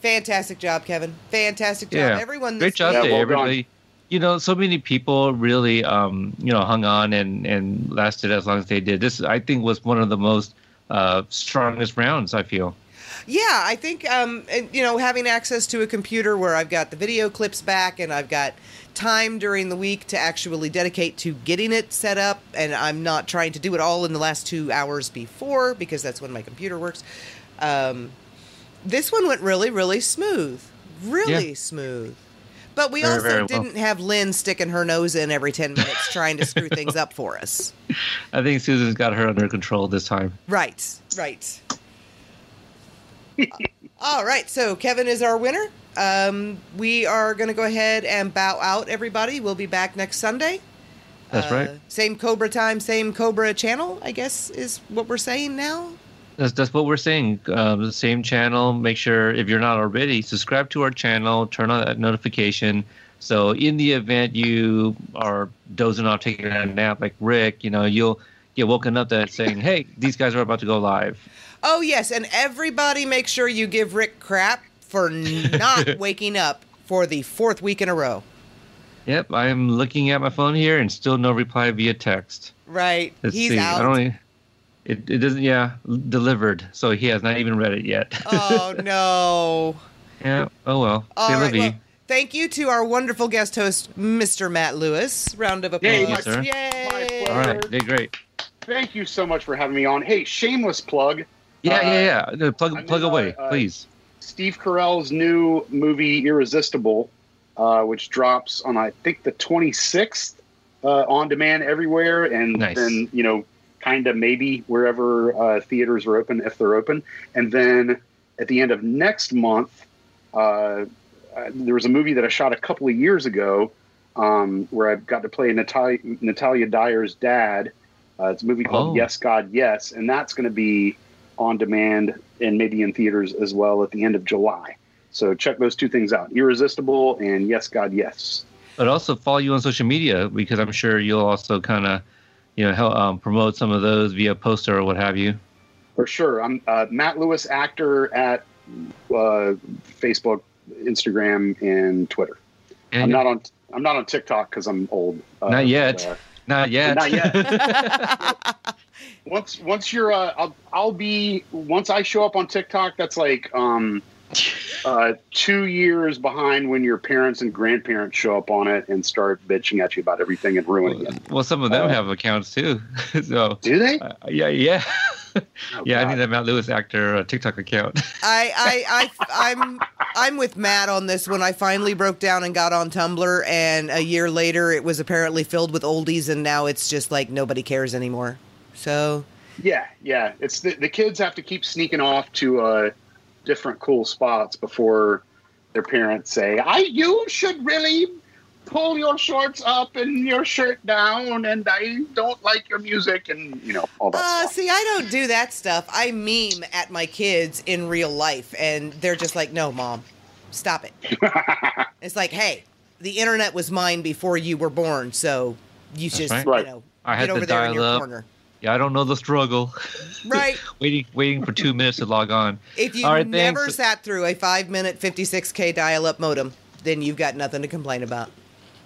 [SPEAKER 3] Fantastic job, Kevin. Fantastic job.
[SPEAKER 4] Yeah.
[SPEAKER 3] Everyone.
[SPEAKER 4] Great
[SPEAKER 3] this
[SPEAKER 4] job,
[SPEAKER 5] Yeah,
[SPEAKER 4] to
[SPEAKER 5] well done.
[SPEAKER 4] everybody. You know, so many people really, um, you know, hung on and and lasted as long as they did. This, I think, was one of the most uh, strongest rounds. I feel.
[SPEAKER 3] Yeah, I think um, and, you know having access to a computer where I've got the video clips back and I've got time during the week to actually dedicate to getting it set up, and I'm not trying to do it all in the last two hours before because that's when my computer works. Um, this one went really, really smooth, really
[SPEAKER 4] Yeah.
[SPEAKER 3] smooth. But we
[SPEAKER 4] Very,
[SPEAKER 3] also
[SPEAKER 4] very well.
[SPEAKER 3] didn't have Lynn sticking her nose in every ten minutes trying to screw things up for us.
[SPEAKER 4] I think Susan's got her under control this time.
[SPEAKER 3] Right, right. All right, so Kevin is our winner. Um, we are going to go ahead and bow out, everybody. We'll be back next Sunday.
[SPEAKER 4] That's
[SPEAKER 3] Uh,
[SPEAKER 4] right.
[SPEAKER 3] Same Cobra time, same Cobra channel, I guess is what we're saying now.
[SPEAKER 4] That's, that's what we're saying. Um, the same channel. Make sure if you're not already, subscribe to our channel. Turn on that notification. So in the event you are dozing off, taking a nap, like Rick, you know, you'll get woken up that saying, "Hey, these guys are about to go live."
[SPEAKER 3] Oh, yes, and everybody make sure you give Rick crap for not waking up for the fourth week in a row.
[SPEAKER 4] Yep, I'm looking at my phone here, and still no reply via text.
[SPEAKER 3] Right.
[SPEAKER 4] Let's
[SPEAKER 3] He's
[SPEAKER 4] see.
[SPEAKER 3] out.
[SPEAKER 4] I don't. e- It, it doesn't. Yeah, delivered. So he has not even read it yet.
[SPEAKER 3] Oh no.
[SPEAKER 4] yeah. Oh well.
[SPEAKER 3] All
[SPEAKER 4] C'est
[SPEAKER 3] right.
[SPEAKER 4] la vie.
[SPEAKER 3] well, thank you to our wonderful guest host, Mr. Matt Lewis. Round of applause.
[SPEAKER 5] Yay,
[SPEAKER 4] Yes, sir.
[SPEAKER 3] Yay.
[SPEAKER 4] All right. Did great.
[SPEAKER 5] Thank you so much for having me on. Hey, shameless plug.
[SPEAKER 4] Yeah.
[SPEAKER 5] Uh,
[SPEAKER 4] yeah. Yeah. No, Plug.
[SPEAKER 5] I'm
[SPEAKER 4] plug
[SPEAKER 5] in, uh,
[SPEAKER 4] away,
[SPEAKER 5] uh,
[SPEAKER 4] please.
[SPEAKER 5] Steve Carell's new movie Irresistible, uh, which drops on I think the 26th uh, on demand everywhere, and
[SPEAKER 4] Nice.
[SPEAKER 5] then you know, kind of maybe wherever uh, theaters are open if they're open, and then at the end of next month, uh, uh, there was a movie that I shot a couple of years ago um, where I got to play Natalia, Natalia Dyer's dad. Uh, it's a movie called
[SPEAKER 4] Oh.
[SPEAKER 5] Yes God Yes, and that's going to be on demand and maybe in theaters as well at the end of July. So check those two things out: Irresistible and Yes God Yes.
[SPEAKER 4] But also follow you on social media because I'm sure you'll also kind of, you know, help um, promote some of those via poster or what have you.
[SPEAKER 5] For sure, I'm uh, Matt Lewis, actor at uh, Facebook, Instagram, and Twitter. I'm
[SPEAKER 4] And-
[SPEAKER 5] not on. I'm not on TikTok because I'm old. Uh,
[SPEAKER 4] Not yet.
[SPEAKER 5] but, uh,
[SPEAKER 4] Not yet.
[SPEAKER 5] Not once once you're uh, I'll, I'll be once i show up on tiktok that's like um uh two years behind when your parents and grandparents show up on it and start bitching at you about everything and ruining it
[SPEAKER 4] well, some of them
[SPEAKER 5] Uh,
[SPEAKER 4] have accounts too. so,
[SPEAKER 5] do they
[SPEAKER 4] uh, yeah, yeah,
[SPEAKER 5] Oh,
[SPEAKER 4] yeah. I
[SPEAKER 5] God.
[SPEAKER 4] think that Matt Lewis actor uh, TikTok account.
[SPEAKER 3] I, I, I, I'm, I'm with Matt on this. When I finally broke down and got on Tumblr, and a year later, it was apparently filled with oldies, and now it's just like nobody cares anymore. So
[SPEAKER 5] yeah yeah it's the, the kids have to keep sneaking off to uh different cool spots before their parents say i you should really pull your shorts up and your shirt down and i don't like your music and you know all that
[SPEAKER 3] Uh,
[SPEAKER 5] stuff.
[SPEAKER 3] see, I don't do that stuff. I meme at my kids in real life, and they're just like, "No, mom, stop it." it's like, "Hey, the internet was mine before you were born, so you just,
[SPEAKER 4] right.
[SPEAKER 5] Right.
[SPEAKER 3] you know,
[SPEAKER 4] I
[SPEAKER 3] get
[SPEAKER 4] had to
[SPEAKER 3] over there in
[SPEAKER 4] dial
[SPEAKER 3] your
[SPEAKER 4] up.
[SPEAKER 3] corner."
[SPEAKER 4] yeah, I don't know the struggle.
[SPEAKER 3] Right.
[SPEAKER 4] waiting, waiting for two minutes to log on.
[SPEAKER 3] If you
[SPEAKER 4] All right,
[SPEAKER 3] never
[SPEAKER 4] thanks.
[SPEAKER 3] sat through a five-minute 56k dial-up modem, then you've got nothing to complain about.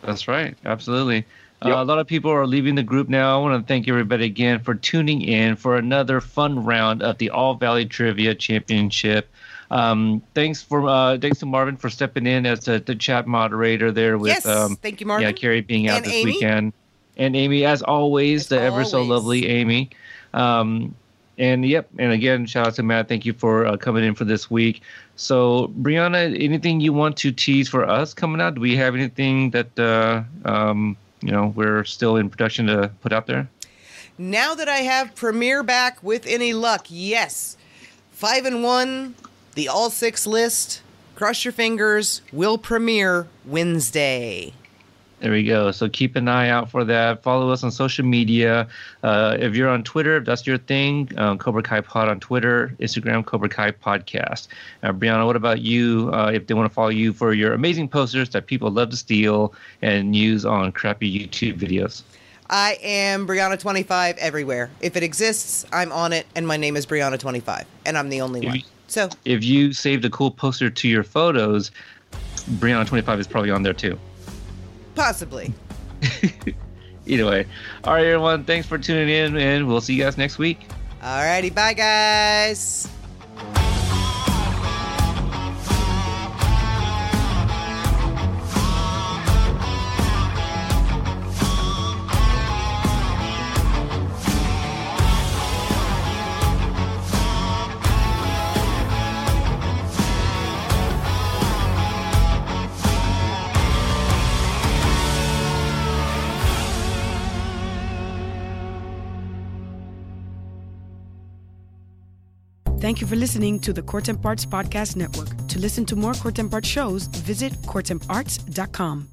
[SPEAKER 4] That's right. Absolutely.
[SPEAKER 5] Yep.
[SPEAKER 4] Uh, a lot of people are leaving the group now. I want to thank everybody again for tuning in for another fun round of the All Valley Trivia Championship. Um, thanks for uh, thanks to Marvin for stepping in as the, the chat moderator there with
[SPEAKER 3] yes,
[SPEAKER 4] um,
[SPEAKER 3] thank you, Marvin.
[SPEAKER 4] Yeah, Carrie being out
[SPEAKER 3] And
[SPEAKER 4] this
[SPEAKER 3] Amy.
[SPEAKER 4] weekend. And Amy, as always,
[SPEAKER 3] As
[SPEAKER 4] the ever so
[SPEAKER 3] always.
[SPEAKER 4] lovely Amy. Um, and yep, and again, shout out to Matt. Thank you for uh, coming in for this week. So, Brianna, anything you want to tease for us coming out? Do we have anything that uh, um, you know we're still in production to put out there?
[SPEAKER 3] Now that I have Premiere back with any luck, yes. Five and one, the all six list. Cross your fingers, will premiere Wednesday.
[SPEAKER 4] There we go. So keep an eye out for that. Follow us on social media. Uh, if you're on Twitter, if that's your thing, um, Cobra Kai Pod on Twitter, Instagram, Cobra Kai Podcast. Uh, Brianna, what about you? Uh, if they want to follow you for your amazing posters that people love to steal and use on crappy YouTube videos.
[SPEAKER 3] I am Brianna25 everywhere. If it exists, I'm on it, and my name is Brianna25, and I'm the only
[SPEAKER 4] If
[SPEAKER 3] one.
[SPEAKER 4] you-
[SPEAKER 3] So,
[SPEAKER 4] If you saved a cool poster to your photos, Brianna25 is probably on there too.
[SPEAKER 3] possibly.
[SPEAKER 4] Either way. All right, everyone. Thanks for tuning in, and we'll see you guys next week.
[SPEAKER 3] Alrighty, bye, guys.
[SPEAKER 6] Thank you for listening to the Court and Parts Podcast Network. To listen to more Court and Parts shows, visit courtandarts.com.